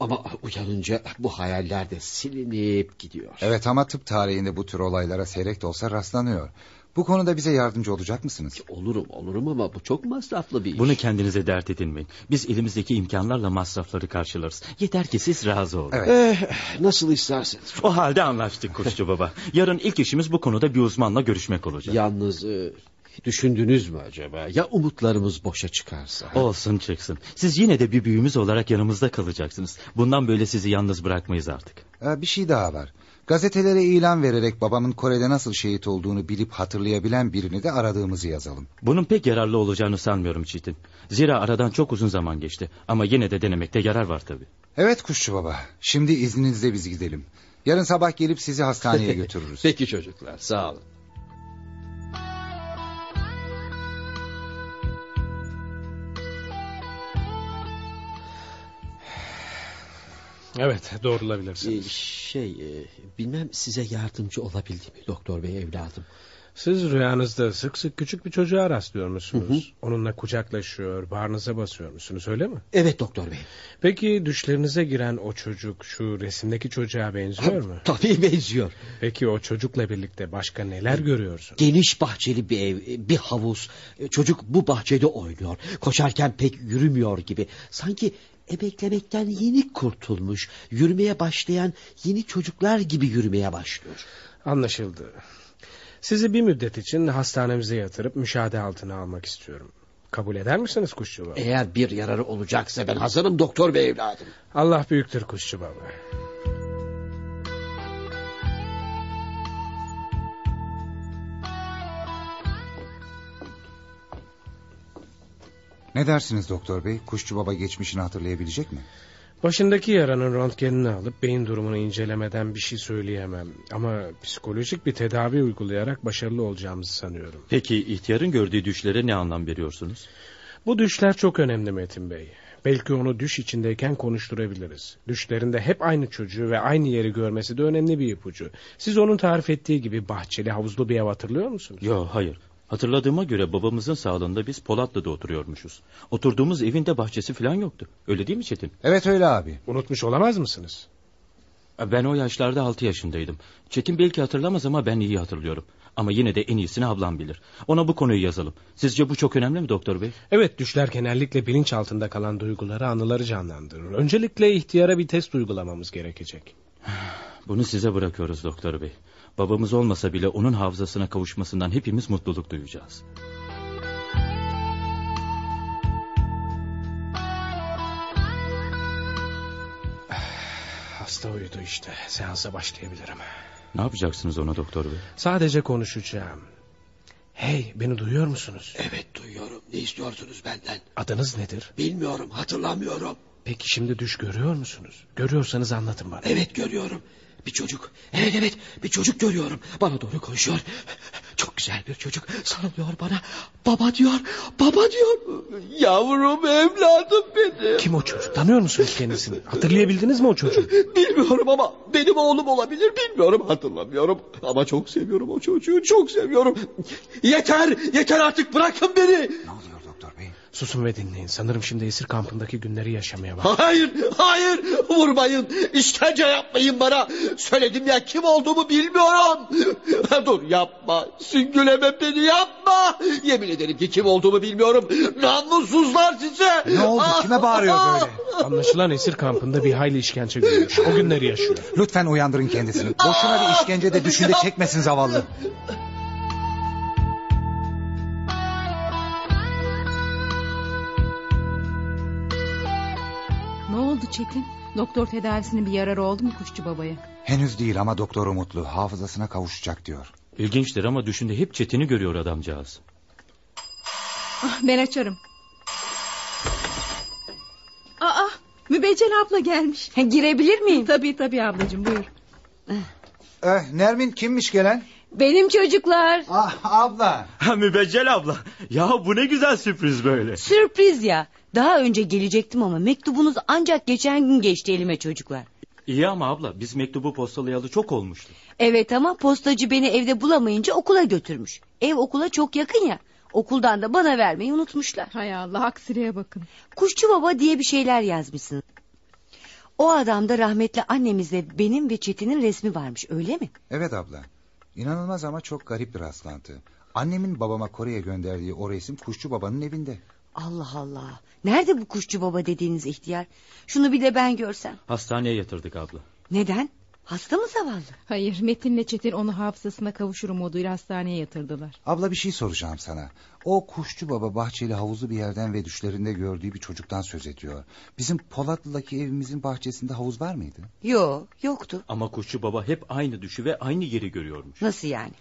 Ama uyanınca bu hayaller de silinip gidiyor. Evet ama tıp tarihinde bu tür olaylara seyrek de olsa rastlanıyor. Bu konuda bize yardımcı olacak mısınız? Olurum olurum ama bu çok masraflı bir iş. Bunu kendinize dert edinmeyin. Biz elimizdeki imkanlarla masrafları karşılarız. Yeter ki siz razı olun. Evet. Eh, nasıl isterseniz. O halde anlaştık Kuşçu Baba. Yarın ilk işimiz bu konuda bir uzmanla görüşmek olacak. Yalnız e, düşündünüz mü acaba? Ya umutlarımız boşa çıkarsa? Olsun çıksın. Siz yine de bir büyüğümüz olarak yanımızda kalacaksınız. Bundan böyle sizi yalnız bırakmayız artık. Ee, bir şey daha var. Gazetelere ilan vererek babamın Kore'de nasıl şehit olduğunu bilip hatırlayabilen birini de aradığımızı yazalım. Bunun pek yararlı olacağını sanmıyorum Çitin. Zira aradan çok uzun zaman geçti. Ama yine de denemekte yarar var tabii. Evet Kuşçu Baba. Şimdi izninizle biz gidelim. Yarın sabah gelip sizi hastaneye götürürüz. Peki çocuklar sağ olun. Evet doğrulabilirsiniz. Ee, Şey e, bilmem size yardımcı olabildim mi doktor bey evladım? Siz rüyanızda sık sık küçük bir çocuğa rastlıyor musunuz? Onunla kucaklaşıyor, bağrınıza basıyor musunuz öyle mi? Evet doktor bey. Peki düşlerinize giren o çocuk şu resimdeki çocuğa benziyor mu? Tabii benziyor. Peki o çocukla birlikte başka neler görüyorsunuz? Geniş bahçeli bir ev, e, bir havuz. E, Çocuk bu bahçede oynuyor. Koşarken pek yürümüyor gibi. Sanki emeklemekten yeni kurtulmuş, yürümeye başlayan yeni çocuklar gibi yürümeye başlıyor. Anlaşıldı. Sizi bir müddet için hastanemize yatırıp müşahede altına almak istiyorum. Kabul eder misiniz kuşçu baba? Eğer bir yararı olacaksa ben hazırım doktor bey evladım. Allah büyüktür kuşçu baba. Ne dersiniz doktor bey? Kuşçu Baba geçmişini hatırlayabilecek mi? Başındaki yaranın röntgenini alıp beyin durumunu incelemeden bir şey söyleyemem. Ama psikolojik bir tedavi uygulayarak başarılı olacağımızı sanıyorum. Peki ihtiyarın gördüğü düşlere ne anlam veriyorsunuz? Bu düşler çok önemli Metin Bey. Belki onu düş içindeyken konuşturabiliriz. Düşlerinde hep aynı çocuğu ve aynı yeri görmesi de önemli bir ipucu. Siz onun tarif ettiği gibi bahçeli havuzlu bir ev hatırlıyor musunuz? Yo hayır. Hatırladığıma göre babamızın sağlığında biz Polatlı'da oturuyormuşuz. Oturduğumuz evin de bahçesi falan yoktu. Öyle değil mi Çetin? Evet öyle abi. Unutmuş olamaz mısınız? Ben o yaşlarda 6 yaşındaydım. Çetin belki hatırlamaz ama ben iyi hatırlıyorum. Ama yine de en iyisini ablam bilir. Ona bu konuyu yazalım. Sizce bu çok önemli mi doktor bey? Evet düşler genellikle bilinç altında kalan duyguları anıları canlandırır. Öncelikle ihtiyara bir test uygulamamız gerekecek. Bunu size bırakıyoruz doktor bey. Babamız olmasa bile onun hafızasına kavuşmasından hepimiz mutluluk duyacağız. Hasta uyudu işte. Seansa başlayabilirim. Ne yapacaksınız ona doktor bey? Sadece konuşacağım. Hey beni duyuyor musunuz? Evet duyuyorum. Ne istiyorsunuz benden? Adınız nedir? Bilmiyorum hatırlamıyorum. Peki şimdi düş görüyor musunuz? Görüyorsanız anlatın bana. Evet görüyorum. Bir çocuk. Evet evet bir çocuk görüyorum. Bana doğru koşuyor. Çok güzel bir çocuk. Sarılıyor bana. Baba diyor. Baba diyor. Yavrum evladım benim. Kim o çocuk? Tanıyor musunuz kendisini? Hatırlayabildiniz mi o çocuğu? Bilmiyorum ama benim oğlum olabilir. Bilmiyorum hatırlamıyorum. Ama çok seviyorum o çocuğu. Çok seviyorum. Yeter. Yeter artık bırakın beni. Ne oluyor doktor bey? Susun ve dinleyin. Sanırım şimdi esir kampındaki günleri yaşamaya bak. Hayır, hayır. Vurmayın. İşkence yapmayın bana. Söyledim ya kim olduğumu bilmiyorum. Dur yapma. Süngüleme beni yapma. Yemin ederim ki kim olduğumu bilmiyorum. Namussuzlar size. Ne oldu? Ah, Kime bağırıyor ah. böyle? Anlaşılan esir kampında bir hayli işkence görüyor. O günleri yaşıyor. Lütfen uyandırın kendisini. Ah! Boşuna bir işkence de düşünde çekmesin zavallı. Ne oldu Çetin? Doktor tedavisinin bir yararı oldu mu kuşçu babaya? Henüz değil ama doktor umutlu. Hafızasına kavuşacak diyor. İlginçtir ama düşünde hep Çetin'i görüyor adamcağız. Ah, ben açarım. Aa, Mübeccel abla gelmiş. Girebilir miyim? Tabii tabii ablacığım buyur. Eh, Nermin kimmiş gelen? Benim çocuklar. Ah abla. Ha mübeccel abla. Ya bu ne güzel sürpriz böyle. Sürpriz ya. Daha önce gelecektim ama mektubunuz ancak geçen gün geçti elime çocuklar. İyi ama abla biz mektubu postalayalı çok olmuştu. Evet ama postacı beni evde bulamayınca okula götürmüş. Ev okula çok yakın ya. Okuldan da bana vermeyi unutmuşlar. Hay Allah aksireye bakın. Kuşçu baba diye bir şeyler yazmışsınız. O adamda rahmetli annemizle benim ve Çetin'in resmi varmış öyle mi? Evet abla. İnanılmaz ama çok garip bir rastlantı. Annemin babama Kore'ye gönderdiği o resim Kuşçu babanın evinde. Allah Allah. Nerede bu kuşçu baba dediğiniz ihtiyar? Şunu bir de ben görsem. Hastaneye yatırdık abla. Neden? Hasta mı zavallı? Hayır Metin'le Çetin onu hafızasına kavuşur umuduyla hastaneye yatırdılar. Abla bir şey soracağım sana. O Kuşçu baba bahçeli havuzu bir yerden ve düşlerinde gördüğü bir çocuktan söz ediyor. Bizim Polatlı'daki evimizin bahçesinde havuz var mıydı? Yo, yoktu. Ama kuşçu baba hep aynı düşü ve aynı yeri görüyormuş. Nasıl yani?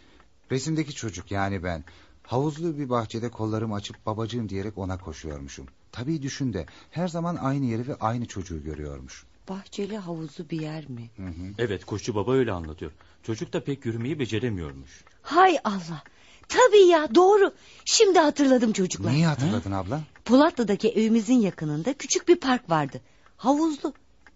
Resimdeki çocuk yani ben. Havuzlu bir bahçede kollarımı açıp babacığım diyerek ona koşuyormuşum. Tabii düşün de her zaman aynı yeri ve aynı çocuğu görüyormuş. Bahçeli havuzu bir yer mi? Hı hı. Evet kuşçu baba öyle anlatıyor. Çocuk da pek yürümeyi beceremiyormuş. Hay Allah. Tabii ya doğru. Şimdi hatırladım çocuklar. Neyi hatırladın abla? Polatlı'daki evimizin yakınında küçük bir park vardı. Havuzlu.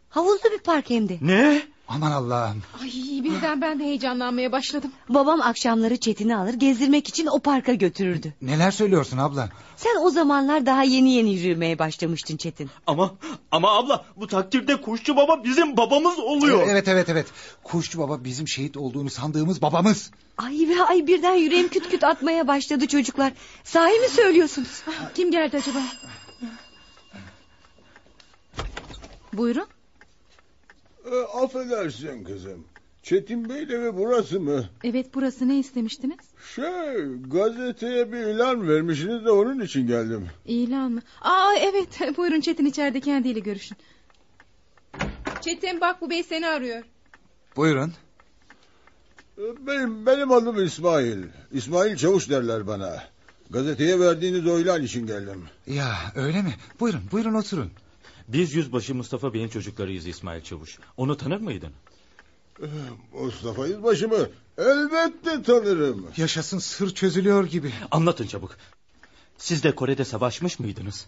Havuzlu bir park hem de. Ne? Aman Allah'ım. Ay birden ben de heyecanlanmaya başladım. Babam akşamları Çetin'i alır gezdirmek için o parka götürürdü. Neler söylüyorsun abla? Sen o zamanlar daha yeni yeni yürümeye başlamıştın Çetin. Ama ama abla bu takdirde kuşçu baba bizim babamız oluyor. Evet evet evet. Kuşçu baba bizim şehit olduğunu sandığımız babamız. Ay ve ay birden yüreğim küt küt atmaya başladı çocuklar. Sahi mi söylüyorsunuz? Kim geldi acaba? Buyurun. E, affedersin kızım. Çetin Bey'le ve burası mı? Evet burası ne istemiştiniz? Şey, gazeteye bir ilan vermişsiniz de onun için geldim. İlan mı? Aa evet buyurun Çetin içeride kendiyle görüşün. Çetin bak bu bey seni arıyor. Buyurun. E, Benim, benim adım İsmail. İsmail Çavuş derler bana. Gazeteye verdiğiniz o ilan için geldim. Ya öyle mi? Buyurun buyurun oturun. Biz yüzbaşı Mustafa Bey'in çocuklarıyız İsmail Çavuş. Onu tanır mıydın? E, Mustafa Yüzbaşı mı? Elbette tanırım. Yaşasın sır çözülüyor gibi. Anlatın çabuk. Siz de Kore'de savaşmış mıydınız?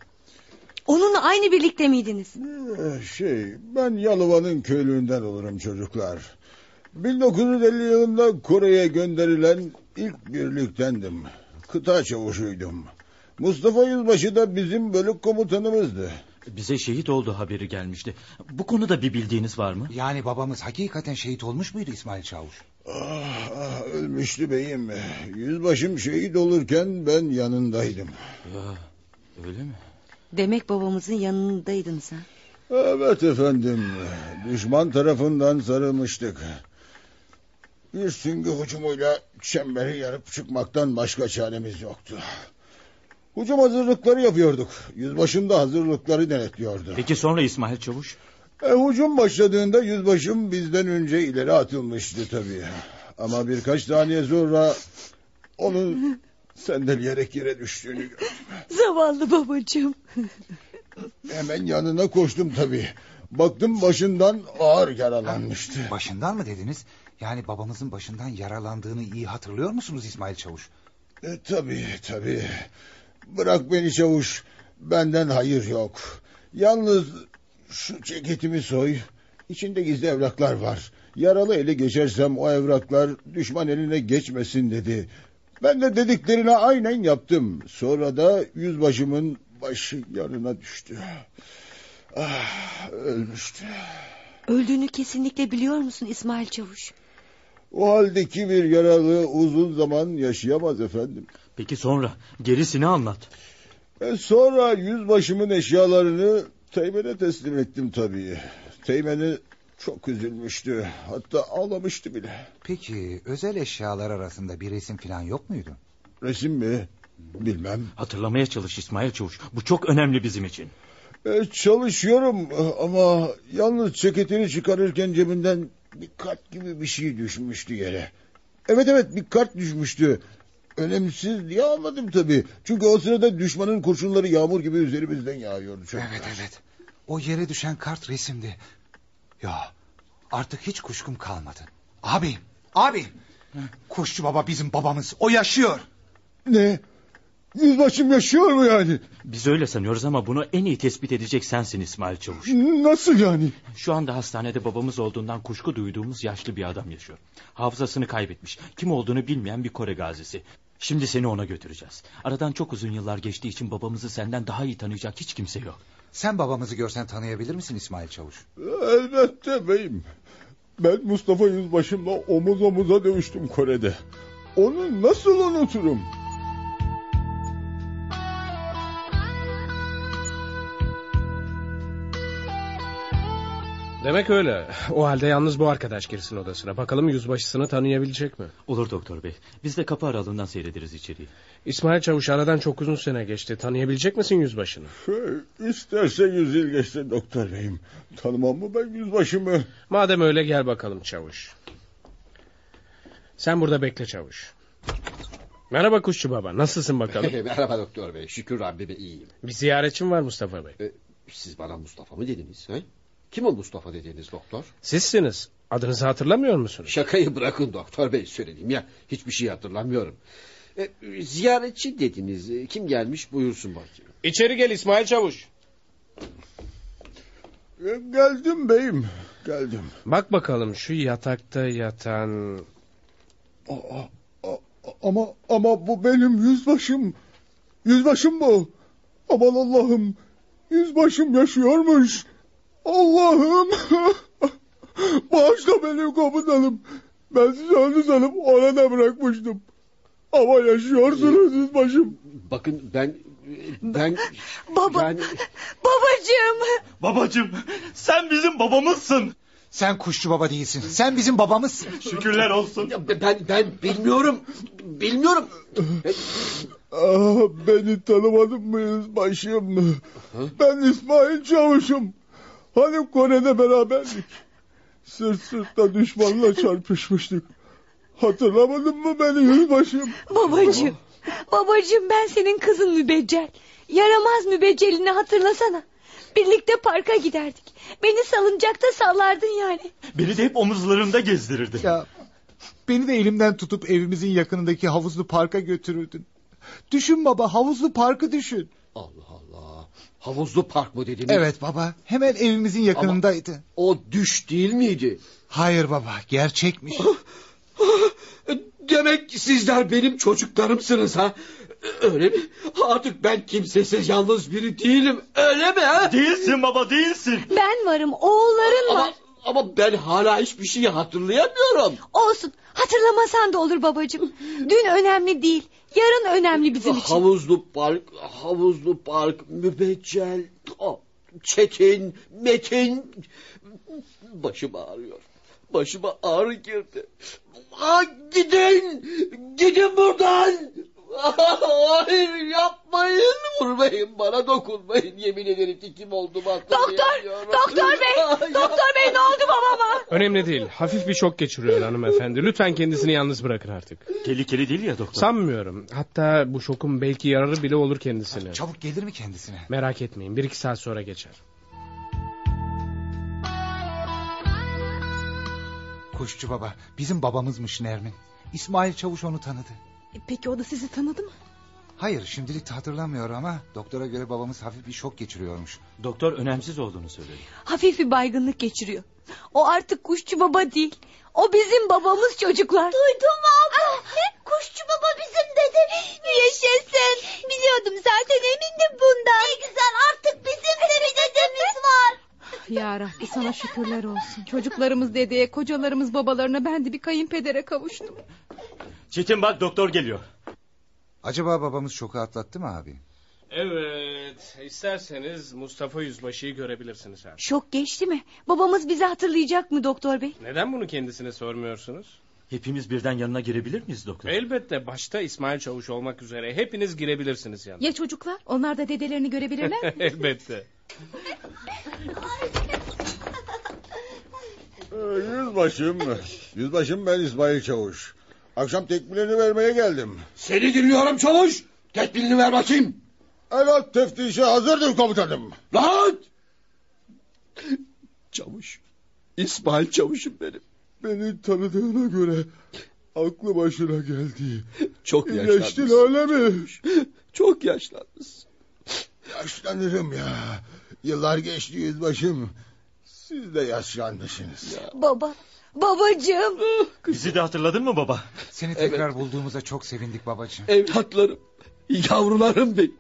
Onunla aynı birlikte miydiniz? Hmm. Eh, Şey, ben Yalova'nın köylüğünden olurum çocuklar. 1950 yılında Kore'ye gönderilen ilk birliktendim. Kıta çavuşuydum. Mustafa Yüzbaşı da bizim bölük komutanımızdı. Bize şehit oldu haberi gelmişti. Bu konuda bir bildiğiniz var mı? Yani babamız hakikaten şehit olmuş muydu İsmail Çavuş? Ah, ah, ölmüştü beyim. Yüzbaşım şehit olurken ben yanındaydım. Ah, öyle mi? Demek babamızın yanındaydın sen. Evet efendim. Düşman tarafından sarılmıştık. Bir süngü hücumuyla çemberi yarıp çıkmaktan başka çaremiz yoktu. Hücum hazırlıkları yapıyorduk. Yüzbaşım da hazırlıkları denetliyordu. Peki sonra İsmail Çavuş? E, hücum başladığında yüzbaşım bizden önce ileri atılmıştı tabii. Ama birkaç saniye sonra onun sendeleyerek yere düştüğünü gördüm. Zavallı babacığım. Hemen yanına koştum tabii. Baktım başından ağır yaralanmıştı. Başından mı dediniz? Yani babamızın başından yaralandığını iyi hatırlıyor musunuz İsmail Çavuş? E, tabii tabii. Bırak beni çavuş. Benden hayır yok. Yalnız şu ceketimi soy. İçinde gizli evraklar var. Yaralı ele geçersem o evraklar düşman eline geçmesin dedi. Ben de dediklerine aynen yaptım. Sonra da yüzbaşımın başı yanına düştü. Ah, ölmüştü. Öldüğünü kesinlikle biliyor musun İsmail Çavuş? O haldeki bir yaralı uzun zaman yaşayamaz efendim. Peki sonra? Gerisini anlat. E, sonra yüzbaşımın eşyalarını Teğmen'e teslim ettim tabii. Teğmen'i çok üzülmüştü. Hatta ağlamıştı bile. Peki özel eşyalar arasında bir resim falan yok muydu? Resim mi? Bilmem. Hatırlamaya çalış İsmail Çavuş. Bu çok önemli bizim için. E, çalışıyorum e, ama yalnız ceketini çıkarırken cebinden bir kart gibi bir şey düşmüştü yere. Evet evet bir kart düşmüştü. Önemsiz diye almadım tabii. Çünkü o sırada düşmanın kurşunları yağmur gibi üzerimizden yağıyordu. Evet evet. O yere düşen kart resimdi. Ya artık hiç kuşkum kalmadı. Abim, abim. Kuşçu baba bizim babamız. O yaşıyor. Ne? Yüzbaşım yaşıyor mu yani? Biz öyle sanıyoruz ama bunu en iyi tespit edecek sensin İsmail Çavuş. Nasıl yani? Şu anda hastanede babamız olduğundan kuşku duyduğumuz yaşlı bir adam yaşıyor. Hafızasını kaybetmiş. Kim olduğunu bilmeyen bir Kore gazisi. Şimdi seni ona götüreceğiz. Aradan çok uzun yıllar geçtiği için babamızı senden daha iyi tanıyacak hiç kimse yok. Sen babamızı görsen tanıyabilir misin İsmail Çavuş? Elbette beyim. Ben Mustafa Yüzbaşım'la omuz omuza dövüştüm Kore'de. Onu nasıl unuturum? Demek öyle. O halde yalnız bu arkadaş girsin odasına. Bakalım yüzbaşısını tanıyabilecek mi? Olur doktor bey. Biz de kapı aralığından seyrederiz içeriği. İsmail Çavuş aradan çok uzun sene geçti. Tanıyabilecek misin yüzbaşını? İsterse Şey, yüz yıl geçti doktor beyim. Tanımam mı ben yüzbaşımı? Madem öyle gel bakalım Çavuş. Sen burada bekle Çavuş. Merhaba Kuşçu Baba. Nasılsın bakalım? Merhaba doktor bey. Şükür Rabbime iyiyim. E, Bir ziyaretçin var Mustafa Bey. Siz bana Mustafa mı dediniz? He? Kim o Mustafa dediğiniz doktor? Sizsiniz. Adınızı hatırlamıyor musunuz? Şakayı bırakın doktor bey söyleyeyim ya. Hiçbir şey hatırlamıyorum. E, ziyaretçi dediniz. E, Kim gelmiş buyursun bakayım. İçeri gel İsmail Çavuş. Geldim beyim. Geldim. Bak bakalım şu yatakta yatan... Ama ama bu benim yüzbaşım. Yüzbaşım bu. Aman Allah'ım. Yüzbaşım yaşıyormuş. Allah'ım. Bağışla benim komutanım. Ben sizi yalnız alıp orada bırakmıştım. Ama yaşıyorsunuz yüzbaşım. Bakın ben ben Baba. Babacığım. Babacım sen bizim babamızsın. Sen kuşçu baba değilsin. Sen bizim babamızsın. Şükürler olsun. ben ben bilmiyorum. Bilmiyorum. Ah, beni tanımadın mı yüzbaşım? Ben İsmail Çavuş'um. Hani Kore'de beraberdik. Sırt sırtta düşmanla çarpışmıştık. Hatırlamadın mı beni yüzbaşım? Babacığım. Babacığım ben senin kızın mübeccel. Yaramaz mübeccelini hatırlasana. Birlikte parka giderdik. Beni salıncakta sallardın yani. Beni de hep omuzlarında gezdirirdi. Ya beni de elimden tutup evimizin yakınındaki havuzlu parka götürürdün. Düşün baba havuzlu parkı düşün. Allah Allah. Havuzlu park mı dediniz? Evet baba hemen evimizin yakınındaydı. o düş değil miydi? Oh. Hayır baba gerçekmiş. Demek sizler benim çocuklarımsınız ha? Öyle mi? Artık ben kimsesiz yalnız biri değilim. Öyle mi ha? Değilsin baba değilsin. Ben varım oğulların var. Ama ben hala hiçbir şey hatırlayamıyorum. Olsun hatırlamasan da olur babacığım. Dün önemli değil yarın önemli bizim için. Havuzlu park, havuzlu park, mübeccel, ah, çetin, metin. Başım ağrıyor. Başıma ağrı girdi. Ah, gidin, gidin buradan. Hayır yapmayın vurmayın bana dokunmayın yemin ederim ki kim olduğumu hatırlayamıyorum. Doktor bey, doktor bey ne oldu babama? Önemli değil. Hafif bir şok geçiriyor hanımefendi. Lütfen kendisini yalnız bırakın artık. Tehlikeli değil ya doktor. Sanmıyorum. Hatta bu şokun belki yararı bile olur kendisine. Çabuk gelir mi kendisine? Merak etmeyin. Bir iki saat sonra geçer. Kuşçu baba bizim babamızmış Nermin. İsmail Çavuş onu tanıdı. E, Peki o da sizi tanıdı mı? Hayır şimdilik hatırlamıyor ama doktora göre babamız hafif bir şok geçiriyormuş. Doktor önemsiz olduğunu söyledi. Hafif bir baygınlık geçiriyor. O artık kuşçu baba değil. O bizim babamız çocuklar. Duydun mu abla? Kuşçu baba bizim dedemiz. Yaşasın. Biliyordum zaten emindim bundan. Ne güzel artık bizim de bir dedemiz var. Ya Rabbi sana şükürler olsun. Çocuklarımız dedeye, kocalarımız babalarına ben de bir kayınpedere kavuştum. Çetin bak doktor geliyor. Acaba babamız şoku atlattı mı abi? Evet. isterseniz Mustafa Yüzbaşı'yı görebilirsiniz abi. Şok geçti mi? Babamız bizi hatırlayacak mı doktor bey? şey. Neden bunu kendisine sormuyorsunuz? Hepimiz birden yanına girebilir miyiz doktor? Elbette başta İsmail Çavuş olmak üzere hepiniz girebilirsiniz yani. Ya çocuklar? Onlar da dedelerini görebilirler mi? Elbette. Ee, Yüzbaşım, yüzbaşım ben İsmail Çavuş. Akşam tekbileni vermeye geldim. Seni dinliyorum çavuş. Tekbilini ver bakayım. Evet teftişe hazırdır komutanım. Rahat. Çavuş, İsmail Çavuş'um benim. Beni tanıdığına göre aklı başına geldi. Çok İyileştin yaşlanmışsın. öyle mi? Çok yaşlanmışsın. Yaşlanırım ya. Yıllar geçti yüzbaşım. Siz de yaşlanmışsınız. Baba, babacığım. Bizi de hatırladın mı baba? Seni tekrar bulduğumuza çok sevindik babacığım. Evlatlarım, yavrularım benim.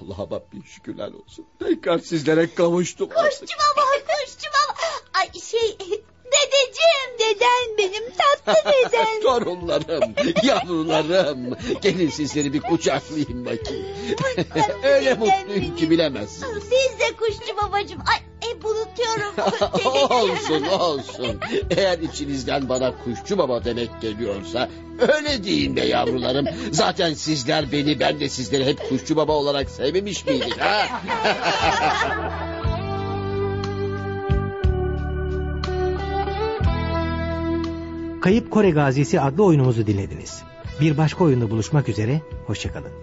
Allah'a bin şükürler olsun. Tekrar sizlere kavuştum. Kuşçu baba, kuşçu baba. Ay şey dedeciğim deden benim tatlı dedem. Torunlarım, yavrularım. Gelin sizleri bir kucaklayayım bakayım. Öyle mutluyum ki bilemezsin. Biz de kuşçu babacığım. Ay e, hep unutuyorum. olsun olsun. Eğer içinizden bana kuşçu baba demek geliyorsa öyle deyin be yavrularım. Zaten sizler beni ben de sizleri hep kuşçu baba olarak sevmemiş miydik ha? Kayıp Kore Gazisi adlı oyunumuzu dinlediniz. Bir başka oyunda buluşmak üzere, hoşçakalın.